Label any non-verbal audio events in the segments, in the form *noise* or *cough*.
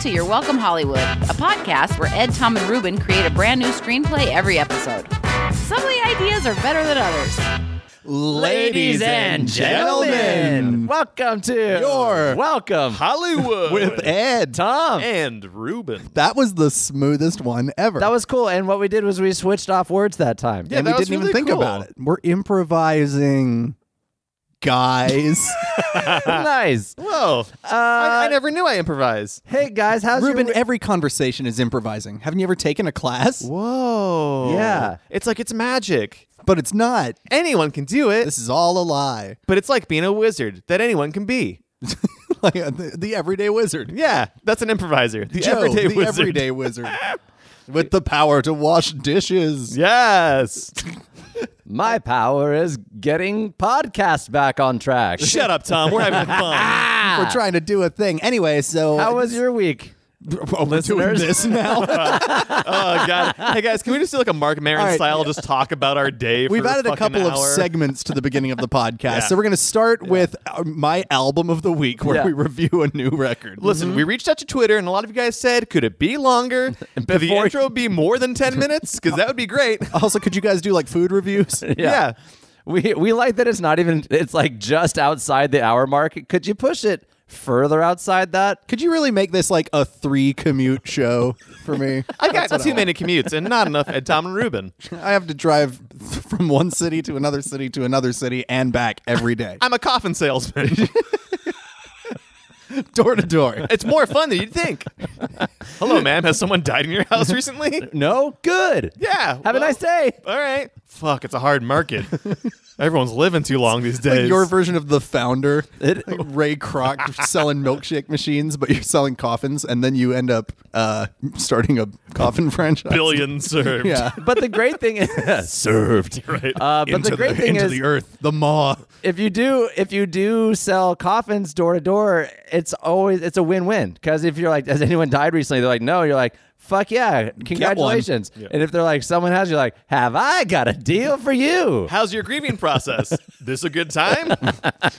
to Your Welcome Hollywood, a podcast where Ed, Tom, and Ruben create a brand new screenplay every episode. Some of the ideas are better than others. Ladies and gentlemen, welcome to Your welcome Hollywood with Ed. Tom. and Ruben. That was the smoothest one ever. That was cool. And what we did was we switched off words that time. yeah, and we we didn't even think about it. We're improvising, guys. *laughs* nice. Uh, Whoa! I, I never knew I improvise. Hey guys, how's Ruben, your every conversation is improvising. Haven't you ever taken a class? Whoa! Yeah. it's like it's magic. But it's not. Anyone can do it, This is all a lie. *laughs* but it's like being a wizard that anyone can be. like uh, the, the everyday wizard. Yeah, that's an improviser. The Joe, everyday the wizard. everyday wizard. With the power to wash dishes. Yes. my power is getting podcast back on *laughs* track. Shut up, Tom. We're having fun. *laughs* We're trying to do a thing. Anyway, so *laughs* How *laughs* was your week? oh, we're doing listeners? this *laughs* now? oh God! Hey guys, can we just do like a Mark Maron All right. style? Just talk about our day. We've for added a fucking couple of hour? segments to the beginning *laughs* of the podcast. So we're going to start with uh, my album of the week where Yeah. we review a new record. Listen, we reached out to Twitter, and a lot of you guys said, "Could it be *laughs* longer? Could the Before- intro be more than *laughs* ten minutes? Because that would be great." Also, could you guys do like food reviews? *laughs* Yeah. We we like that it's not even it's like just outside the hour mark. Could you push it further outside that? Could you really make this like a three commute show for me? *laughs* I got too many commutes and not enough Ed, Tom, and *laughs* Ruben. I have to drive *laughs* from one city to another city to another city and back every day, I'm a coffin salesman. *laughs* door to door. it's more fun than you'd think. Hello, ma'am. Has someone died in your *laughs* house recently? No? Good. Yeah. Have a nice day. All right. Fuck, it's a hard market. Everyone's living too long *laughs* these days. Like your version of the founder, It- like Ray *laughs* Kroc selling milkshake machines, but you're selling coffins, and then you end up uh, starting a coffin franchise. billion *laughs* served. Yeah. But the great thing *laughs* is served. Right. Uh, but the great thing is earth, the maw. if you do if you do sell coffins door to door, it's always it's a win win because if you're like, has anyone died recently? They're like, no. You're like, fuck yeah, congratulations. Yeah. And if they're like, someone has, you're like, have I got a deal for you? How's your grieving *laughs* process? this a good time?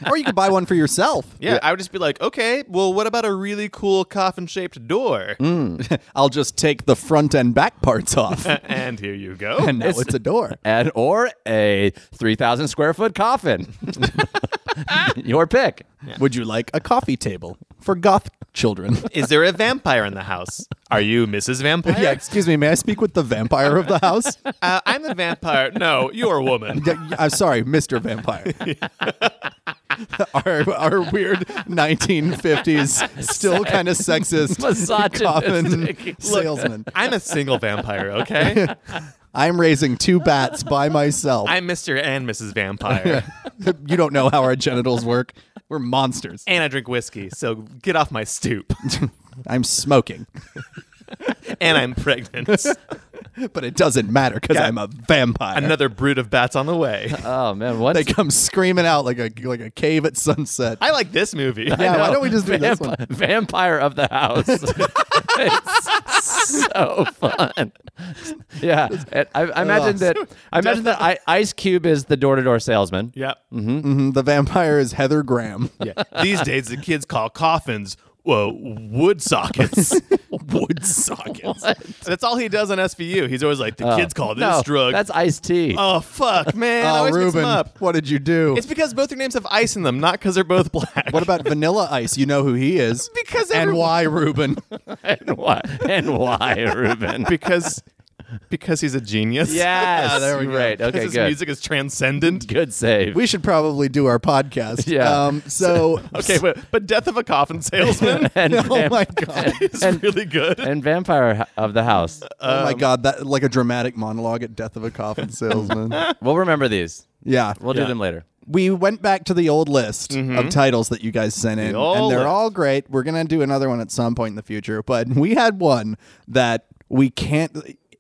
or you could buy one for yourself. *laughs* Yeah, I would just be like, okay, well, what about a really cool coffin shaped door? Mm. I'll just take the front and back parts *laughs* off. and here you *laughs* go. and now it's, a door. And or a three thousand square foot coffin. *laughs* Your pick. Would you like a coffee table for goth children? is there a vampire in the house? Are you Mrs. Vampire? *laughs* *laughs* yeah, excuse me, may I speak with the vampire of the *laughs* house? Uh, I'm the vampire. No, you're a woman. Yeah, y- I'm sorry, Mr. *laughs* Vampire. our, our weird 1950s, still kind of sexist coffin *laughs* Misogynistic. salesman. I'm a single vampire, okay? I'm raising two bats by myself. I'm Mr. and Mrs. Vampire. *laughs* you don't know how our genitals work. We're monsters. *laughs* and I drink whiskey, so get off my stoop. I'm smoking, and I'm pregnant. but it doesn't matter because Yeah. I'm a vampire. Another brood of bats on the way. Oh man, once they come screaming out like a like a cave at sunset. I like this movie. yeah, why don't we just do this one? Vamp- vampire of the house. it's so fun. Yeah, and I, I imagine that. I imagine that I, Ice Cube is the door-to-door salesman. Yep. Mhm, The vampire is Heather Graham. Yeah. These days, the kids call coffins whoa, *laughs* wood sockets. Wood sockets. that's all he does on SVU. He's always like, the kids call this no, drug. that's Ice T. oh, fuck, man. I Oh. Oh, always mix them Ruben, up. what did you do? It's because both their names have ice in them, not because they're both black. what about Vanilla Ice? You know who he is. *laughs* Because and everyone- why, Ruben? *laughs* and why? And why, Ruben? *laughs* *laughs* because Ah, because he's a genius. *laughs* Yes, Yeah, there we you're go. right. Because Okay, his good. music is transcendent. Good save. *laughs* We should probably do our podcast. Yeah. Um, *laughs* so, Okay, but, but Death of a Coffin *laughs* Salesman *laughs* *laughs* and, oh vamp- my god, is And- really good. and vampire h- of the house. oh my god, that like a dramatic monologue at Death of a *laughs* Coffin Salesman. We'll remember these. yeah, We'll Yeah. do them later. we went back to the old list of titles that you guys sent in, old and they're list. all great. We're gonna do another one at some point in the future, but *laughs* we had one that we can't.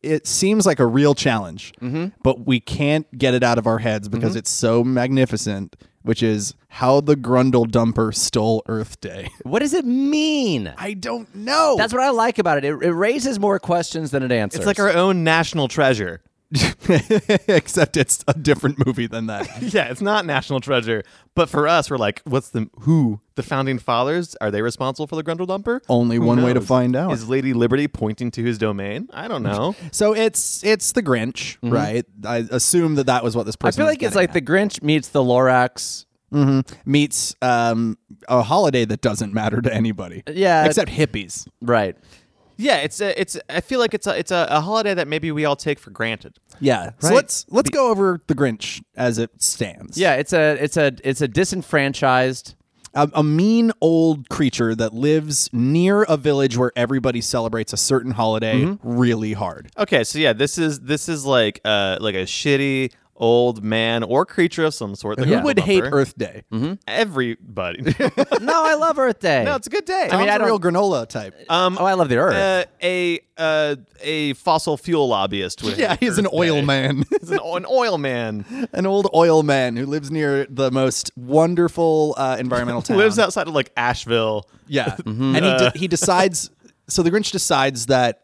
It seems like a real challenge, but we can't get it out of our heads because it's so magnificent. Which is how the Grundle Dumper stole Earth Day. What does it mean? I don't know. *laughs* That's what I like about it. It, it raises more questions than it answers. It's like our own national treasure. *laughs* Except it's a different movie than that. Yeah, it's not National Treasure. But for us, we're like, what's the who? The founding fathers? Are they responsible for the Grundle Dumper? Only Who one way to knows? find out. Is Lady Liberty pointing to his domain? I don't know. So it's it's the Grinch, right? I assume that that was what this I person. feel was like it's getting like the Grinch meets the Lorax. at. meets um, a holiday that doesn't matter to anybody. Yeah. except hippies. Right. *laughs* yeah, it's a, it's. I feel like it's a, it's a, a holiday that maybe we all take for granted. Yeah. So Right. let's let's go over the Grinch as it stands. Yeah, it's a it's a it's a disenfranchised a, a mean old creature that lives near a village where everybody celebrates a certain holiday really hard. Okay, so yeah, this is this is like uh like a shitty old man or creature of some sort. The Who Grundle would hate Dumper. Earth Day? Mm-hmm. *laughs* Everybody. *laughs* *laughs* No, I love Earth Day. no, it's a good day. I mean, I I don't- real granola type. um, Oh, I love the Earth. uh, a uh, a fossil fuel lobbyist. Would yeah, hate he's an Earth oil Day. man, *laughs* *laughs* He's an, o- an oil man. an old oil man who lives near the most wonderful uh, environmental town. *laughs* Lives Uh. outside of like Asheville. Yeah, and he de- he decides. So the Grinch decides that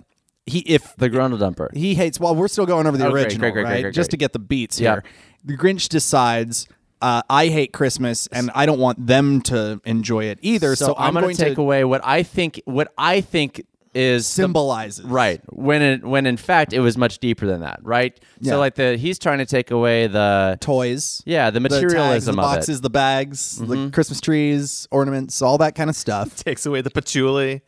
he if the Grundle Dumper. he hates. Well, we're still going over the Oh, great, original, great, great, right? great, great, Just great. to get the beats Yeah. here. The Grinch decides. Uh, I hate Christmas, and I don't want them to enjoy it either. So, So, I'm, going going to take away what I think what I think is the- symbolizes right when it when in fact it was much deeper than that, right? Yeah. So like the he's trying to take away the toys. yeah the the materialism tags, the of boxes, it. Mm-hmm. the bags, the Christmas trees, ornaments, all that kind of *laughs* stuff. *laughs* Takes away the patchouli.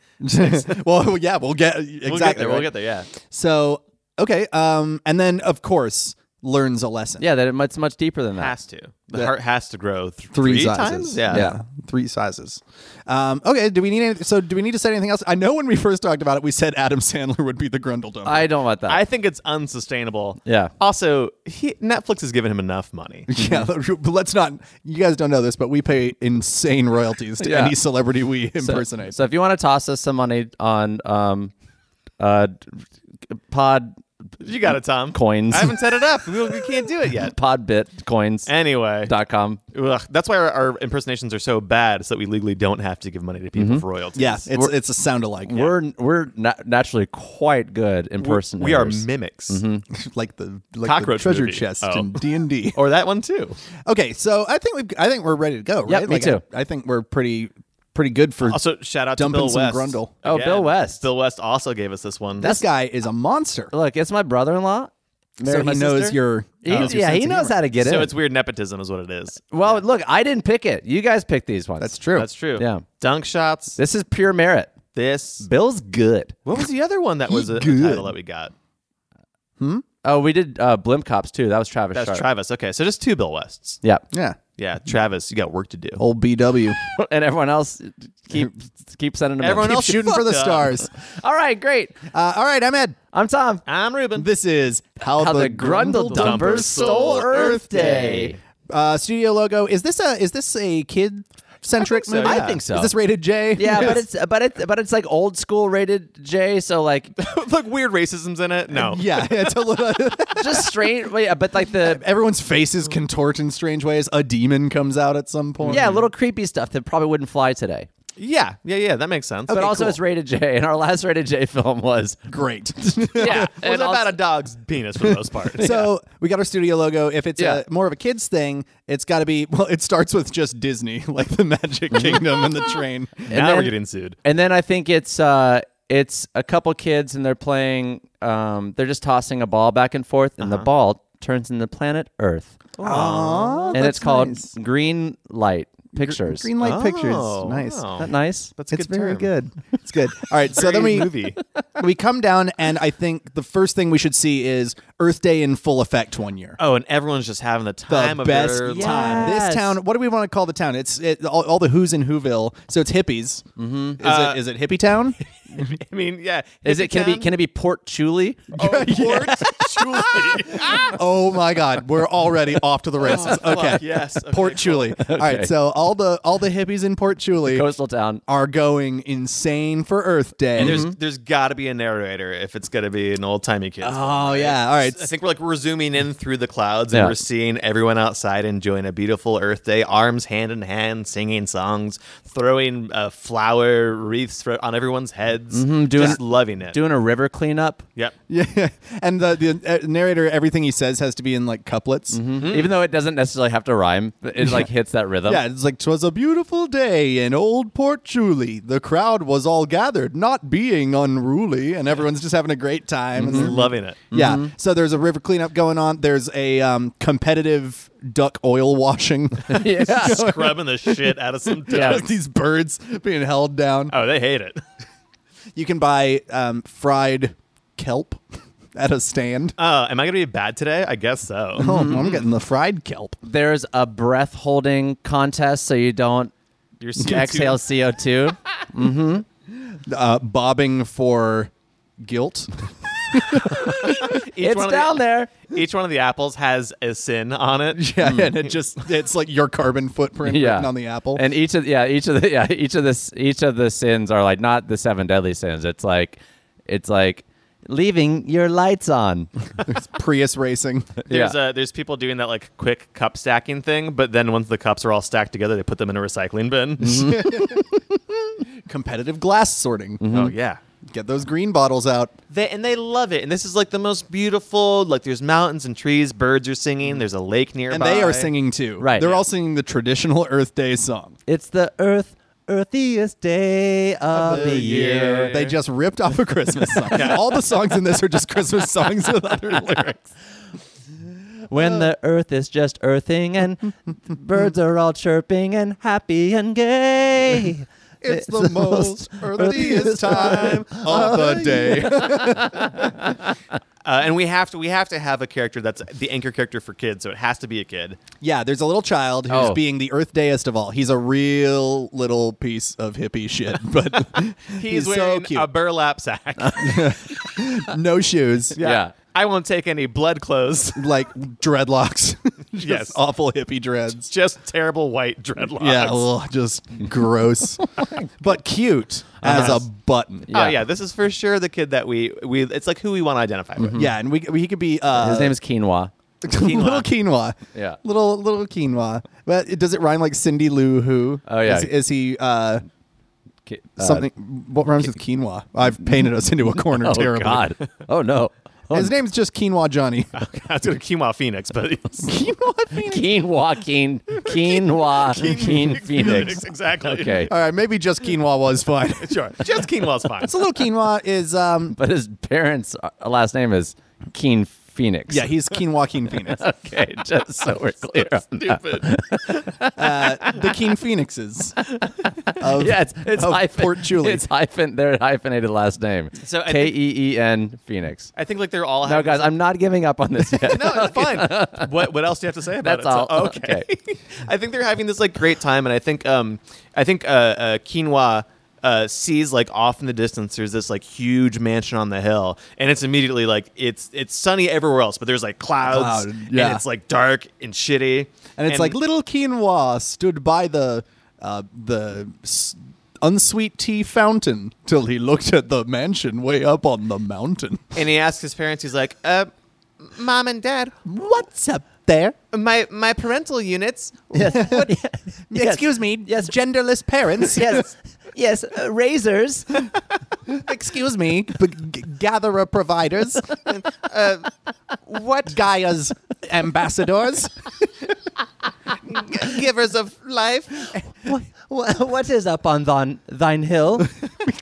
well, yeah, we'll get exactly. We'll get there. We'll right? get there. Yeah. So okay, um, and then of course learns a lesson. Yeah, that it- it's much deeper than that. Has to. The heart has to grow th- three, three, sizes. times. Yeah. three sizes. Um, okay, do we need any, so do we need to say anything else? I know when we first talked about it, we said Adam Sandler would be the Grundle Dumper. I don't want that. I think it's unsustainable. Yeah. Also, he, Netflix has given him enough money. *laughs* *laughs* yeah, *laughs* but let's not. You guys don't know this, but we pay insane royalties to Yeah. any celebrity we So- impersonate. So, if you want to toss us some money on um uh pod You got it, Tom. Coins. I haven't set it up. We, we can't do it *laughs* yet. podbit coins Anyway, dot com. ugh, that's why our, our impersonations are so bad, so that we legally don't have to give money to Mm-hmm. people for royalties. yeah, it's it's a sound alike. We're we're na- naturally quite good impersonators. we are mimics, *laughs* Mm-hmm. like the like Cockroach the treasure movie. chest Oh. in D and *laughs* D. or that one too. Okay, so I think we have I think we're ready to go. Right? Yep, me like, too. I, I think we're pretty pretty good for. Also, shout out Dumping to Bill some West. Grundle. Oh, Bill West. Bill West also gave us this one. this guy is a monster. Look, it's my brother-in-law. So he my knows sister. your. He- uh, your Oh. yeah, sense he of knows humor. how to get so in. it's weird nepotism is what it is. well, look, I didn't pick it. You guys picked these ones. That's true. That's true. Oh, Yeah. Dunk shots. This is pure merit. This. Bill's good. What was the other one that was a, a good. title that we got? Oh, we did uh, Blimp Cops too. That was Travis That's Sharp. Travis. Okay, so just two Bill Wests. yeah, *laughs* Yeah. Yeah, Travis, you got work to do. Old BW. and everyone else keep *laughs* keep sending them. in. Everyone Keep else you shooting for the fucked up. stars. All right, great. Uh, all right, I'm Ed. I'm Tom. I'm Ruben. This *laughs* is How, How the Grundle Dumpers stole Earth Day. Uh, studio logo. Is this a is this a kid centric I think so, movie? yeah. I think so. Is this rated J? Yeah, but it's but it's but it's like old school rated J. So like *laughs* like weird racism's in it. No. *laughs* yeah. It's a little. *laughs* just straight. well, yeah, but like the Everyone's faces contort in strange ways. A demon comes out at some point. yeah little creepy stuff that probably wouldn't fly today. Yeah. Yeah. Yeah. That makes sense. But Okay, also cool. it's rated J, and our last rated J *laughs* film was great. *laughs* *laughs* yeah. it was and also- about a dog's penis for the most part. So we got our studio logo. If it's Yeah. a, more of a kids thing, it's got to be well. It starts with just Disney, *laughs* like the Magic Mm-hmm. Kingdom and the train. now then- we're getting sued. And then I think it's uh it's a couple kids and they're playing um they're just tossing a ball back and forth and the Uh-huh. ball turns into planet Earth. Aww, and it's called green light pictures. Green Light Pictures. Oh, Nice. wow. Isn't that nice? That's a It's good very term. good. It's *laughs* good. All right. So then Very we movie. *laughs* we come down, and I think the first thing we should see is Earth Day in full effect one year. Oh, and everyone's just having the The time of best their Yeah. lives. time. This Yes. town. What do we want to call the town? It's it, all, all the who's in Whoville. So it's hippies. Mm-hmm. Is Uh, it is it hippie *laughs* town? I mean, yeah. Is it can it be Hippie can it be Port Chuli? *laughs* town? Oh, Port Julie. Oh, oh my God, we're already off to the races. Okay. Fuck, yes. Okay, Port Chuli. *laughs* All right, so all the all the hippies in Port Chuli Coastal town. are going insane for Earth Day. And Mm-hmm. there's there's got to be a narrator if it's going to be an old timey kid. oh yeah, all right. I think we're like we're zooming in through the clouds and Yeah. we're seeing everyone outside enjoying a beautiful Earth Day, arms hand in hand, singing songs, throwing uh, flower wreaths for, on everyone's heads, Mm-hmm, doing- just loving *laughs* it. Doing a river cleanup. yep. Yeah, and the, the uh, narrator, everything he says has to be in like couplets. Even though it doesn't necessarily have to rhyme, but it like hits that rhythm. Yeah, it's like 'twas a beautiful day in old Port Julie. The crowd was all gathered, not being unruly, and everyone's just having a great time. And they're- Loving it. Yeah. So there's a river cleanup going on. There's a um, competitive duck oil *laughs* washing. *laughs* yeah. Scrubbing the shit out of some *laughs* duck. These birds being held down. Oh, they hate it. You can buy um, fried kelp *laughs* at a stand. Uh, am I going to be bad today? I guess so. Oh, I'm getting the fried kelp. There's a breath holding contest, so you don't Your CO2 exhale CO two. Uh, bobbing for guilt. Each it's one of down the, there. Each one of the apples has a sin on *laughs* it. Yeah, and it just it's like your carbon footprint Yeah, written on the apple. And each of yeah, each of the yeah, each of the each of the sins are like not the seven deadly sins. It's like it's like leaving your lights on. It's Prius racing. There's yeah. uh, there's people doing that like quick cup stacking thing, but then once the cups are all stacked together, they put them in a *laughs* recycling bin. Mm-hmm. competitive glass sorting. *laughs* Oh yeah. Get those green bottles out. They, and they love it. And this is like the most beautiful. Like there's mountains and trees, birds are singing. There's a lake nearby. And they are singing too. Right. They're Yeah. all singing the traditional Earth Day song. it's the earth earthiest day of, the, year. They just ripped off a Christmas song. All the songs in this are just Christmas songs with other lyrics. When the earth is just earthing and birds are all chirping and happy and gay. It's the most earthiest time of the day. *laughs* Uh, and we have to we have to have a character that's the anchor character for kids, so it has to be a kid. yeah, there's a little child who's Oh. being the Earth Dayest of all. He's a real little piece of hippie shit, but he's, He's, so wearing cute. a burlap sack. *laughs* no shoes. Yeah. I won't take any blood clothes. *laughs* Like dreadlocks. *laughs* Just Yes. Awful hippie dreads. Just terrible white dreadlocks. Yeah, ugh, just *laughs* gross, Oh but cute as a button. Oh Uh-huh. Yeah. yeah, this is for sure the kid that we we it's like who we want to identify with. Yeah, and we, we he could be uh, His name is Quinoa. *laughs* little quinoa. Yeah. little little quinoa. But it, does it rhyme like Cindy Lou Who? Oh, yeah. is, is he uh, Ki- uh, something? what rhymes with quinoa? I've painted us into a corner *laughs* Oh terribly. God. Oh no. Oh, His name's just Quinoa *laughs* Johnny. *laughs* I was gonna Kima Phoenix, but it's *laughs* quinoa Phoenix. Quinoa, *laughs* Keen, Quinoa, *laughs* Keen Phoenix. *laughs* exactly. Okay. All right, maybe just quinoa was *laughs* fine. sure. Just quinoa's fine. so little quinoa is um But his parents' uh, last name is Keen Phoenix. yeah he's quinoa *laughs* Keen Phoenix. Okay, *laughs* just so we're clear. on that. Stupid. Uh, the Keen Phoenixes. Of, Yeah, it's, it's of hyphen. Port Julie. It's hyphen. Their hyphenated last name. So I K think- E E N Phoenix. I think like they're all No, having- guys, I'm not giving up on this yet. No, *laughs* it's fine. What what else do you have to say about That's it? It's all. okay. *laughs* I think they're having this like great time, and I think um I think uh, uh quinoa. Uh, sees like off in the distance there's this like huge mansion on the hill and it's immediately like it's it's sunny everywhere else but there's like clouds Cloud, and yeah. it's like dark and shitty and it's like little quinoa stood by the uh, the s- unsweet tea fountain till he looked at the mansion way up on the mountain. and he asks his parents he's like uh mom and dad What's up there? my my parental units Excuse me. Yes, genderless parents. *laughs* yes, yes, uh, razors. *laughs* Excuse me, b- g- gatherer *laughs* providers. Uh, what Gaia's ambassadors? givers of life *laughs* what, what is up on thon, thine *laughs* hill?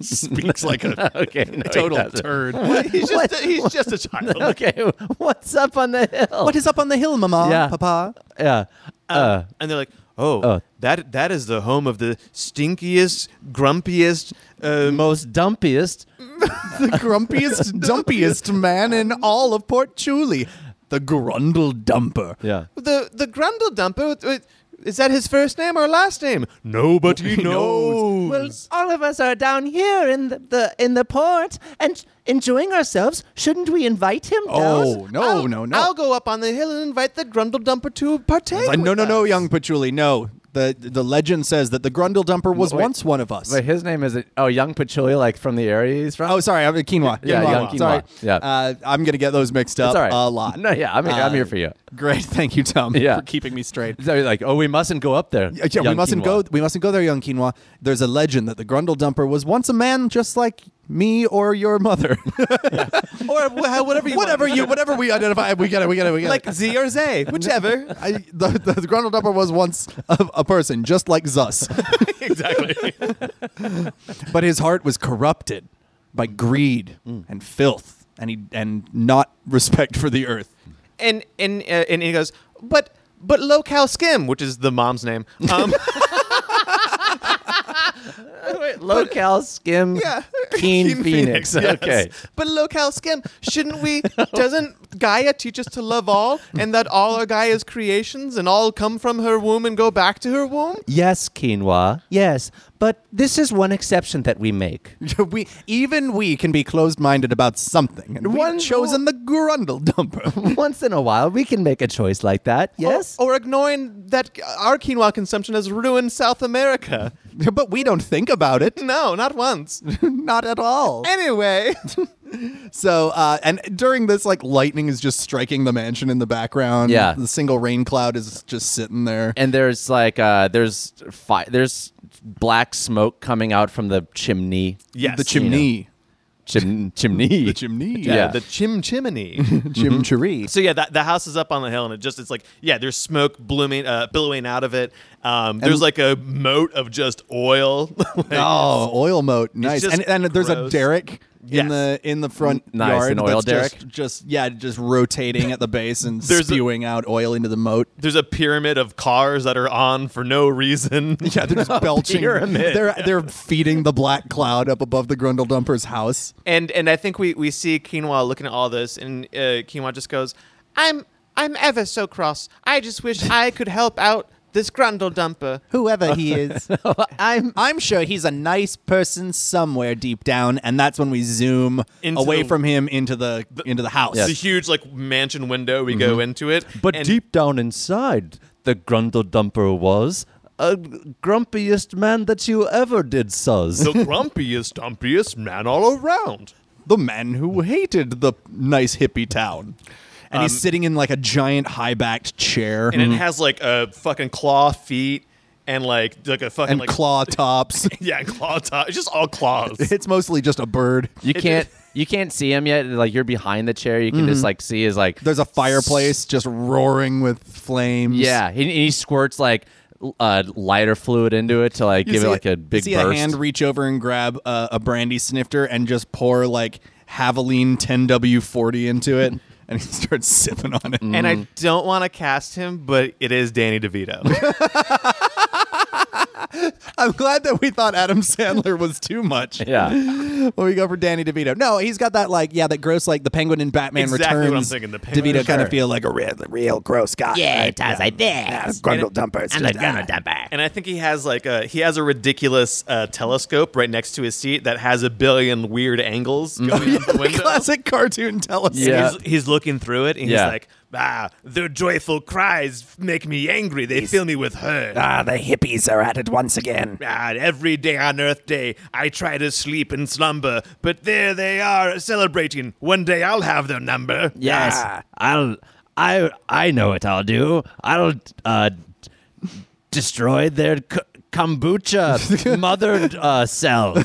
Speaks like a *laughs* okay, no, *laughs* he *laughs* total doesn't. *laughs* turd. he's just What? a, he's just *laughs* a child *laughs* Okay, what's up on the hill? What is up on the hill, Mama? Yeah. Papa? Yeah. Uh, and they're like, "Oh, Uh. Oh. that that is the home of the stinkiest, grumpiest, uh, most dumpiest. the *laughs* grumpiest, dumpiest man in all of Port Chuli. The Grundle Dumper. Yeah. the the grundle dumper." with- with- Is that his first name or last name? *laughs* Nobody knows. Well, all of us are down here in the, the in the port and enjoying ourselves. Shouldn't we invite him Oh, no, I'll- no, no. I'll go up on the hill and invite the grundle dumper to partake. Uh, no, no, with no, us. *laughs* young Patchouli. No. The, the legend says that the Grundle Dumper was Wait. once one of us. But his name is oh young Pachulia, like from the area he's from. Oh, sorry. I'm Quinoa. Yeah, quinoa. young quinoa. Sorry. Yeah. Uh, I'm going to get those mixed up it's all right. a lot. *laughs* No, yeah, I'm, Uh, I'm here for you. Great, *laughs* thank you, Tom, Yeah. for keeping me straight. So you're like, oh, we mustn't go up there. Uh, Yeah, we young mustn't quinoa." go. We mustn't go there, young quinoa. There's a legend that the Grundle Dumper was once a man, just like me or your mother, *laughs* or wh- whatever you whatever you, whatever we identify. We get it. We get it. We get like it. Z or Zay, whichever. I, the, the, the Grundle Dumper was once a, a person, just like *laughs* Zus, exactly. but his heart was corrupted by greed Mm. and filth, and he and not respect for the earth. *laughs* And and uh, and he goes, but but low cow skim, which is the mom's name. *laughs* Um, Local skim Yeah. keen, *laughs* phoenix. yes. *laughs* Okay. But locale skim, shouldn't we? Doesn't Gaia teach us to love all and that all are Gaia's creations and all come from her womb and go back to her womb? Yes, quinoa. Yes, but this is one exception that we make. *laughs* we even we can be closed-minded about something, and One- we've chosen the Grundle Dumper. Once in a while, we can make a choice like that. Yes. Or, or ignoring that our quinoa consumption has ruined South America. *laughs* but we don't think about *laughs* it, No, not *laughs* once. not at all. Anyway, So, uh, and during this, like lightning is just striking the mansion in the background. Yeah. the single rain cloud is just sitting there. and there's like uh there's fi- there's black smoke coming out from the chimney. Yes. the chimney, Chim- chimney. Mm-hmm. the chimney, Yeah. the chim chimney. chim chiree. *laughs* So yeah, that, the house is up on the hill, and it just it's like yeah, there's smoke blooming, uh, billowing out of it. Um, there's like a moat of just oil. *laughs* Like, Oh, oil moat, nice. just And, and there's a gross. derrick in Yes. the in the front Nice, yard. an oil that's Just, derrick. just yeah, just rotating at the base and *laughs* There's a- spewing out oil into the *laughs* moat. there's a pyramid of cars that are on for no reason. Yeah, they're just belching. pyramid. They're they're feeding the black cloud up above the Grundle Dumper's house. And and I think we we see Quinoa looking at all this, and uh, Quinoa just goes, "I'm I'm ever so cross. I just wish I could help out this Grundle dumper." whoever *laughs* he is. I'm I'm sure he's a nice person somewhere deep down, and that's when we zoom Into away the- from him into the, into the house. It's a huge like mansion window. We go into it, But and- deep down inside, the Grundle Dumper was a grumpiest man that you ever did, Suz. The grumpiest, dumpiest man all around. The man who hated the nice hippie town. And he's sitting in like a giant high backed chair And and, it has like Um, a fucking claw feet and like like a fucking like *laughs* claw tops. yeah claw top. It's just all claws. *laughs* it's mostly just a bird. You It- can't you can't see him yet. Like you're behind the chair, you can just like see his like Mm-hmm. There's a fireplace just roaring with flames. yeah. He, he squirts like l- uh, lighter fluid into it to like You give it see like a big see burst. a hand reach over and grab uh, a brandy snifter and just pour like Haveline 10W40 into it, and he *laughs* starts sipping on it. Mm. and I don't want to cast him, but it is Danny DeVito. I'm glad that we thought Adam Sandler was too much. *laughs* yeah. When we go for Danny DeVito, no, he's got that like yeah, that gross like the Penguin in Batman Exactly what Returns. I'm thinking, the Penguin- DeVito kind Sure. of feel like a real, real gross guy. Yeah, it does. I bet. Grundle dumper. I'm a gonna dump back. and I think he has like a he has a ridiculous uh, telescope right next to his seat that has a billion weird angles going out the *laughs* window. Classic cartoon telescope. Yeah. He's, he's looking through it and Yeah. he's like, ah, their joyful cries make me angry. They fill me with hurt. Ah, the hippies are at it once again. God, every day on Earth Day, I try to sleep and slumber, but there they are celebrating. One day I'll have their number. Yes. Ah. I'll I I know what I'll do. I'll uh destroy their k- *laughs* kombucha mothered uh cell. *laughs*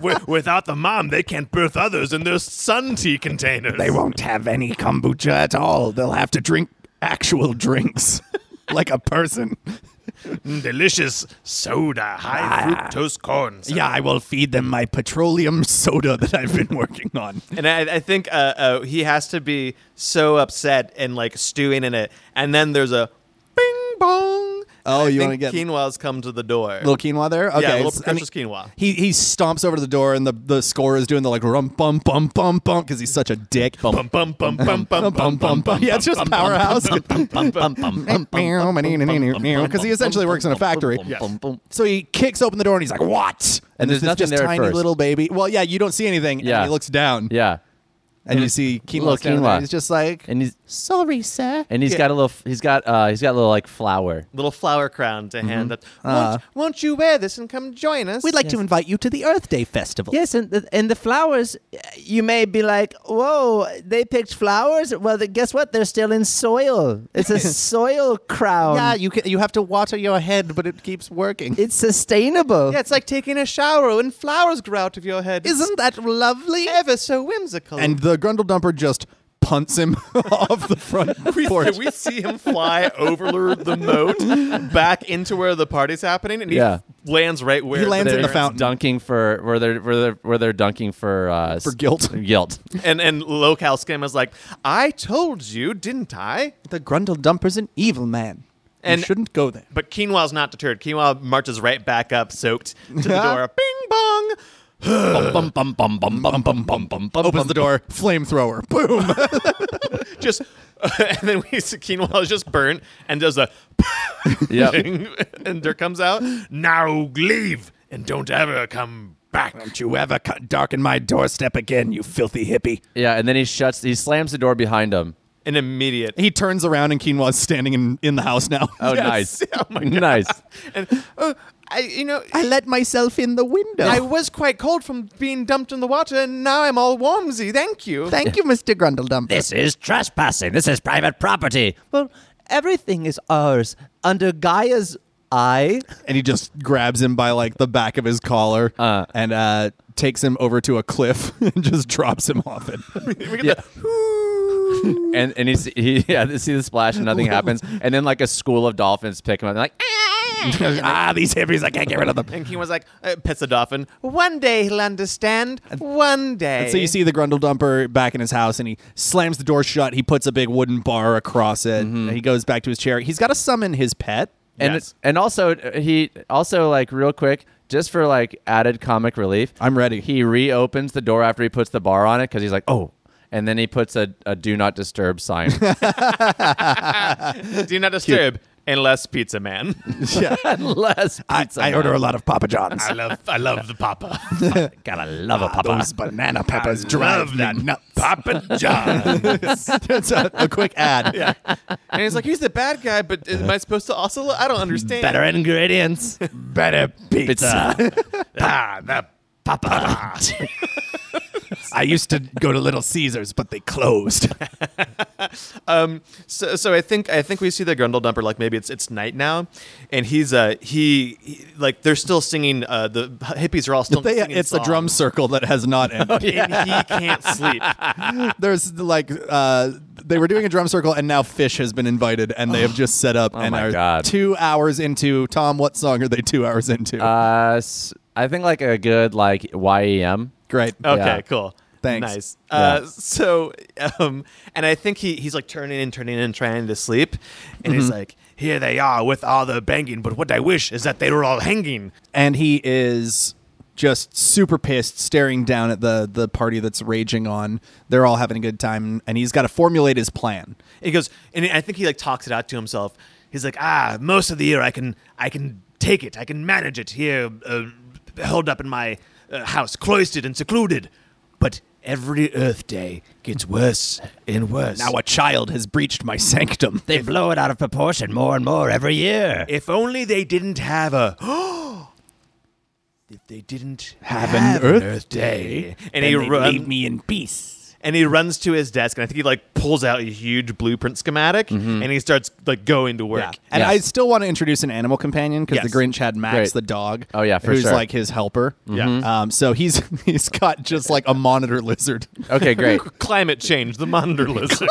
Wi- Without the mom, they can't birth others in their sun tea containers. They won't have any kombucha at all. They'll have to drink actual drinks. *laughs* like a person. Mm, Delicious soda, high fructose corn. Yeah, I will feed them my petroleum soda that I've been working on. And I, I think uh, uh, he has to be so upset and like stewing in it. And then there's a bing bong. Oh, I you think wanna get- quinoa's come to the door. little quinoa there. Okay, little it's- I mean, precocious quinoa. He he stomps over to the door, and the the score is doing the like rum bum bum bum bum because he's such a dick. Bum bum bum bum bum Bum, bum, bum, bum. Yeah, it's just powerhouse. *laughs* Because he essentially works in a factory. So he kicks open the door and he's like, "What?" And there's it's nothing just there at tiny first. little baby. Well, yeah, you don't see anything. Yeah. And he looks down, Yeah. and you see Little quinoa. down there, quinoa. and He's just like, And he's Sorry, sir. and he's got a little. He's got. Uh, he's got a little like flower. Little flower crown to hand up. Won't, won't you wear this and come join us? Mm-hmm. Uh. We'd like to invite you to the Earth Day festival. Yes, and the, and the flowers. You may be like, whoa, they picked flowers. Well, guess what? They're still in soil. It's a soil crown. Yeah, you can, you have to water your head, but it keeps working. it's sustainable. Yeah, it's like taking a shower when flowers grow out of your head. Isn't that lovely? It's ever so whimsical? And the Grundle Dumper just punts him *laughs* off the front *laughs* we, porch. we see him fly over the moat back into where the party's happening, and he Yeah. lands right where He lands in the they're- fountain. Dunking for where they're where they're where they're dunking for uh, For guilt. *laughs* Guilt. And and locale skim is like, I told you, didn't I? The Grundle Dumper's an evil man. And- you shouldn't go there. But Quinoa's not deterred. Quinoa marches right back up, soaked to the door. Bing bong. bum, bum, bum, bum, bum, bum, bum, bum, bum, Opens the door, flamethrower, boom. Just *laughs* and then we see Quinoa is just burnt and does a *laughs* Yep. thing, and Dirk comes out. Now leave and don't ever come back. Don't you ever cut- darken my doorstep again, you filthy hippie. Yeah, and then he shuts. He slams the door behind him. An immediate. he turns around and Quinoa's standing in, in the house now. *laughs* Oh, Yes. nice. Oh my God. nice. And oh, I you know I let myself in the window. I was quite cold from being dumped in the water, and now I'm all warmsy. Thank you. Thank you, Mr. Grundle Dumper. This is trespassing. This is private property. Well, everything is ours under Gaia's eye. and he just grabs him by like the back of his collar Uh. and uh, takes him over to a cliff *laughs* and just drops him off it. *laughs* We get Yeah. the- and and he's, he *laughs* yeah, they see the splash and nothing happens, and then like a school of dolphins pick him up. And like "Eh, ah, these hippies, I can't get rid of them. And King was like, uh, pets the dolphin. One day he'll understand. One day. so you see the Grundle Dumper back in his house and he slams the door shut. He puts a big wooden bar across it and he goes back to his chair. He's got to summon his pet. Mm-hmm. and Yes. and also uh, he also like real quick just for like added comic relief. I'm ready. He reopens the door after he puts the bar on it because he's like oh. And then he puts a, a do not disturb *laughs* sign. do not disturb unless *laughs* Pizza Man. Less I, pizza. I order a lot of Papa John's. love, I love the Papa. *laughs* Gotta love a Papa. Those banana peppers drive me nuts. Papa John. That's a, a quick ad. and he's like, he's the bad guy, but am I supposed to also? I don't understand. Better ingredients. Better pizza. ah, the Papa. I used to go to Little Caesars, but they closed. So, so I think I think we see the Grundle Dumper like maybe it's it's night now, and he's uh he, he like they're still singing uh the hippies are all still They- singing it's the songs. drum circle that has not Oh, ended. and he can't sleep. There's like uh, they were doing a drum circle, and now Fish has been invited, and they have just set up and Oh. my are God. two hours into. Tom, what song are they two hours into? Uh, s- I think like a good like E YEM. *laughs* Great. Okay, Yeah. cool. Thanks. Nice. Uh, so, um, and I think he, he's like turning and turning and trying to sleep. And he's like, Here they are with all the banging, but what I wish is that they were all hanging. and he is just super pissed, staring down at the the party that's raging on. They're all having a good time, and he's got to formulate his plan. he goes, and I think he like talks it out to himself. He's like, ah, most of the year I can, I can take it. I can manage it here, uh, held up in my uh, house, cloistered and secluded. But every Earth Day gets worse and worse. Now a child has breached my sanctum. They blow it out of proportion more and more every year. if only they didn't have a. *gasps* if they didn't have, an an Earth Earth Day, And and he they runs. leave me in peace. and he runs to his desk and i think he like pulls out a huge blueprint schematic Mm-hmm. and he starts like going to work And Yes. I still want to introduce an animal companion because Yes. the Grinch had Max Great. the dog. Oh, yeah, for who's sure. Mm-hmm. like his helper. Yeah. Mhm. Um, so he's *laughs* he's got just like a monitor *laughs* lizard. Okay, great. climate change the monitor *laughs* lizard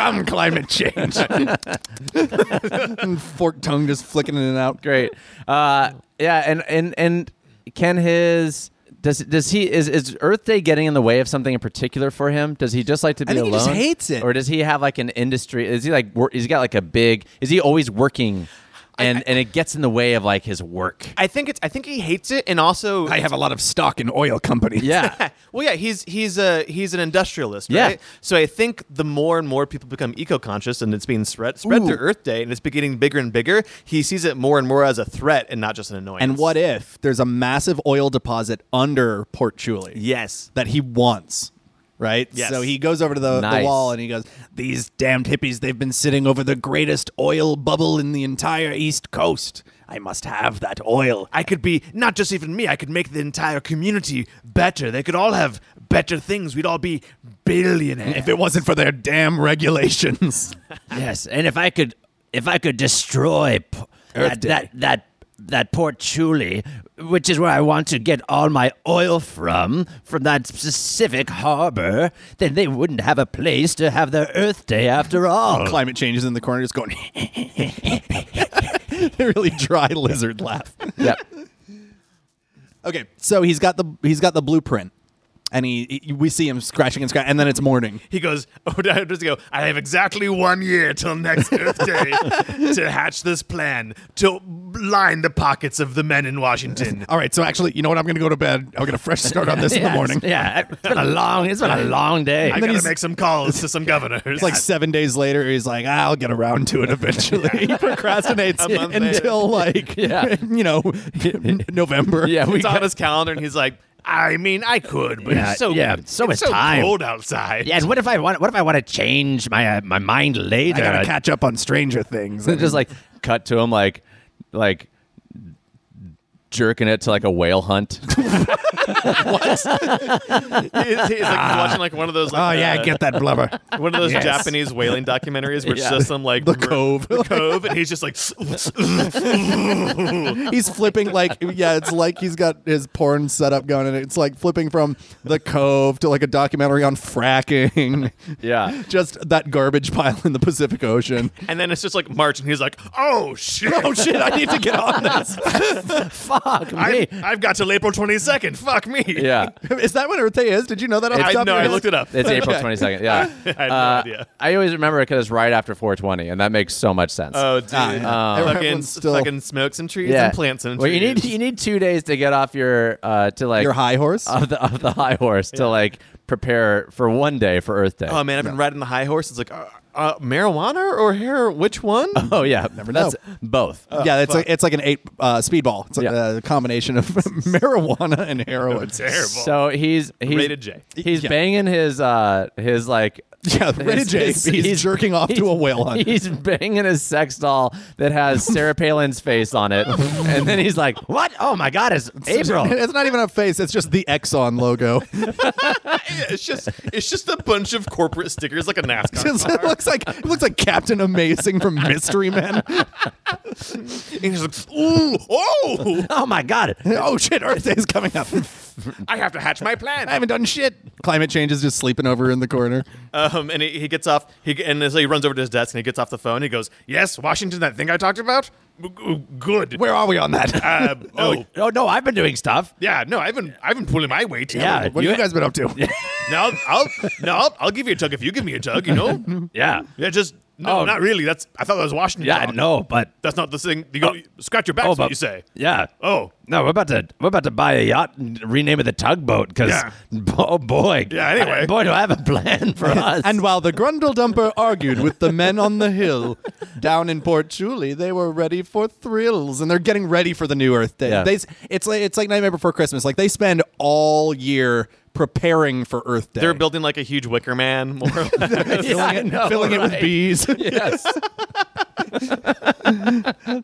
Come climate change. *laughs* fork tongue just flicking in and out. great. Uh, yeah, and and and can his does does he is is Earth Day getting in the way of something in particular for him? Does he just like to be think he alone? just hates it. or does he have like an industry? Is he like wor- he's got like a big? Is he always working? And, and it gets in the way of like his work. *laughs* i think it's i think he hates it and also I have a lot of stock in oil companies. Yeah, *laughs* well yeah he's he's a he's an industrialist Yeah. right so i think the more and more people become eco-conscious and it's being spread spread to earth day and it's getting bigger and bigger he sees it more and more as a threat and not just an annoyance And what if there's a massive oil deposit under Port Chuli yes that he wants, right? Yes. So he goes over to the, Nice. the wall and he goes, These damned hippies, they've been sitting over the greatest oil bubble in the entire East Coast. I must have that oil. I could be not just even me. I could make the entire community better. They could all have better things. We'd all be billionaires. If it wasn't for their damn regulations. Yes, and if I could, if I could destroy p- that, that that that Port Chuli, which is where I want to get all my oil from, from that specific harbor, then they wouldn't have a place to have their Earth Day after Oh. all. Climate change is in the corner just going, *laughs* really dry lizard laugh. Yep. Okay, so he's got the he's got the blueprint, and he, he- we see him scratching and scratching, and then it's morning. He goes, *laughs* oh, does he go? I have exactly one year till next Earth Day to hatch this plan to line the pockets of the men in Washington. All right, so actually, you know what? I'm going to go to bed. I'm going to fresh start on this *laughs* in the Yes, morning. Yeah, it's been a long, it's been a long day. I then gotta he's- make some calls to some governors. It's *laughs* Like seven days later, he's like, "I'll get around to it *laughs* eventually." he procrastinates A month later. until *laughs* like, Yeah. you know, November. Yeah, we it's on got his calendar, and he's like, I mean, I could, but Yeah, it's so yeah, so it's much time. cold outside. yeah, and what if I want? What if I want to change my uh, my mind later? I got to catch up on Stranger Things. just like cut to him like like jerking it to like a whale hunt. *laughs* he's, he's like watching like one of those. oh Like, yeah, uh, get that blubber. *laughs* one of those Yes. Japanese whaling documentaries, which Yeah. says some like the Cove. the cove, and he's just like, *laughs* he's flipping like, yeah, it's like he's got his porn setup going, and it's like flipping from the Cove to like a documentary on fracking. Yeah. Just that garbage pile in the Pacific Ocean. and then it's just like March, and he's like, oh shit, oh shit! I need to get on *laughs* this. Fuck me. I, I've got till April twenty second. Fuck me. Yeah. is that what Earth Day is? Did you know that? off the I top of know. your I head? looked it up. It's April 22nd. Yeah. *laughs* *laughs* I had no Uh, idea. Uh, I always remember it because it's right after 420, and that makes so much sense. Oh, dude. Ah, yeah. Um, fucking, Everyone's still- fucking smoke some trees and plant some trees. Well, you need you need two days to get off your uh to like Your high horse. of the of the high horse to like prepare for one day for Earth Day. oh, man, I've been riding the high horse. It's like, uh, uh, marijuana or hair? Which one? oh yeah, know. that's both. Oh, yeah, it's like it's like an eight uh, speedball. It's like uh, Yeah. a combination of *laughs* marijuana and heroin. Terrible. So he's he's Rated J. He's Yeah. banging his uh his like Yeah, *laughs* Rated his- J. his- He's, jerking off to he's- a whale hunt. He's banging his sex doll that has *laughs* Sarah Palin's face on it, and then he's like, What? Oh my God! It's April. *laughs* It's not even a face. It's just the Exxon logo. *laughs* Yeah, it's just it's just a bunch of corporate *laughs* stickers like a NASCAR. It's- it looks like it looks like Captain Amazing from Mystery Men. and he's like, ooh, oh, Oh my God! *laughs* oh shit! Earth Day's coming up. I have to hatch my plan. I haven't done shit. Climate change is just sleeping over in the corner. Um, and he, he gets off. He and so he runs over to his desk and he gets off the phone. He goes, "Yes, Washington, that thing I talked about. G- g- Good. Where are we on *laughs* that? Uh, *laughs* oh, Oh no, I've been doing stuff. yeah. No, I've been I've been pulling my weight. here. Yeah. What have you guys been up to? No, I'll no, I'll, I'll give you a tug if you give me a tug. You *laughs* know. Yeah. Yeah. Just no, Oh. not really. That's I Oh. thought that was Washington. Yeah, talk. no, but oh, That's not the thing. You go scratch your back. is what you say. Yeah. Oh, No, we're about to we're about to buy a yacht and rename it the tugboat because Yeah. *laughs* oh boy. Yeah, anyway. I- boy, do I have a plan *laughs* for us. *laughs* And while the Grundle Dumper argued with the men on the hill down in Port Chuli, they were ready for thrills, and they're getting ready for the new Earth Day. Yeah. They, s- it's like it's like Nightmare Before Christmas. Like they spend all year preparing for Earth Day. they're building like a huge Wicker Man. More *laughs* or less. filling, *laughs* it, *laughs* filling it with bees. "Yes,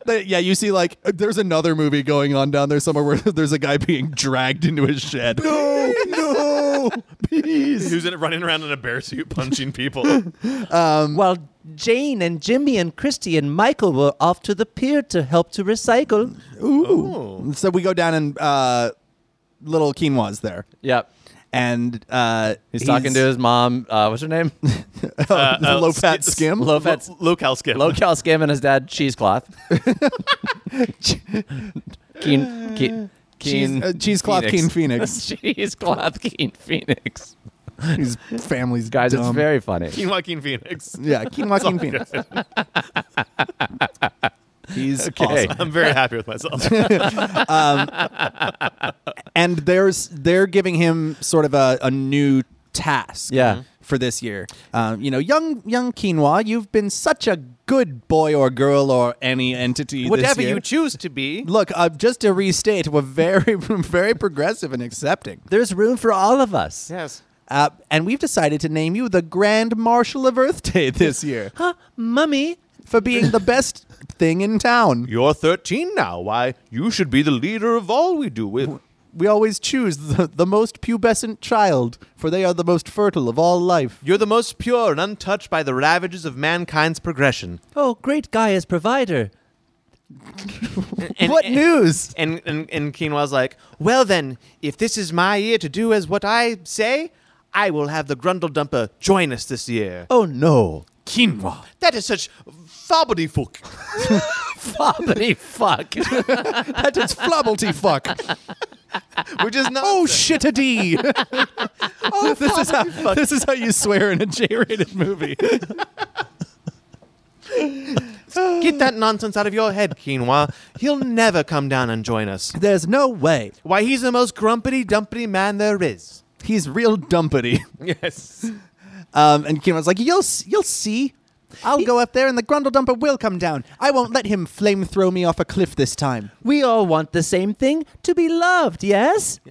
They- yeah, you see, like there's another movie going on down there somewhere where *laughs* there's a guy being dragged into his shed. No, no, *laughs* bees. Who's in it running around in a bear suit punching *laughs* people? while Jane and Jimmy and Christy and Michael were off to the pier to help to recycle. So we go down and uh, little quinoa's there, yep." and uh, He's, talking to his mom. Uh, what's her *laughs* name? uh, low fat ski- skim. Low fat, Lo- low-cal skim. low cal skim and his dad cheesecloth. *laughs* Keen, keen, keen Cheese- uh, cheesecloth Keen Phoenix. *laughs* cheesecloth Keen Phoenix. His family's Guys, dumb. it's very funny. King *laughs* Joaquin Phoenix. yeah, quinoa *laughs* King Phoenix. He's *laughs* Okay. awesome. I'm very happy with *laughs* myself. And there's they're giving him sort of a, a new task. Yeah. For this year, um, you know, young young quinoa, you've been such a good boy or girl or any entity. this Whatever year. you choose to be. Look, uh, just *laughs* to restate, we're very, very progressive and accepting. There's room for all of us. Yes. Uh, and we've decided to name you the Grand Marshal of Earth *laughs* Day this year Huh, mummy. for being the best thing in town. You're 13 now. Why, you should be the leader of all we do with. We always choose the, the most pubescent child, for they are the most fertile of all life. You're the most pure and untouched by the ravages of mankind's progression. Oh, great guy as provider. what news? And, and, and Quinoa's like, Well, then, if this is my year to do as what I say, I will have the Grundle Dumper join us this year. Oh no. Quinoa. That is such fobbity fuck. Bobbity fuck. That is flobblety *laughs* fuck. Which *laughs* is not. Oh shit a *laughs* D. oh, this is how this is how you swear in a J-rated movie. Get that nonsense out of your head, Quinoa. He'll never come down and join us. There's no way. Why, he's the most grumpity dumpity man there is. He's real dumpity. Yes. Um, and Kino's like, you'll s- you'll see. I'll go up there, and the Grundle Dumper will come down. I won't let him flame throw me off a cliff this time. we all want the same thing to be loved, yes?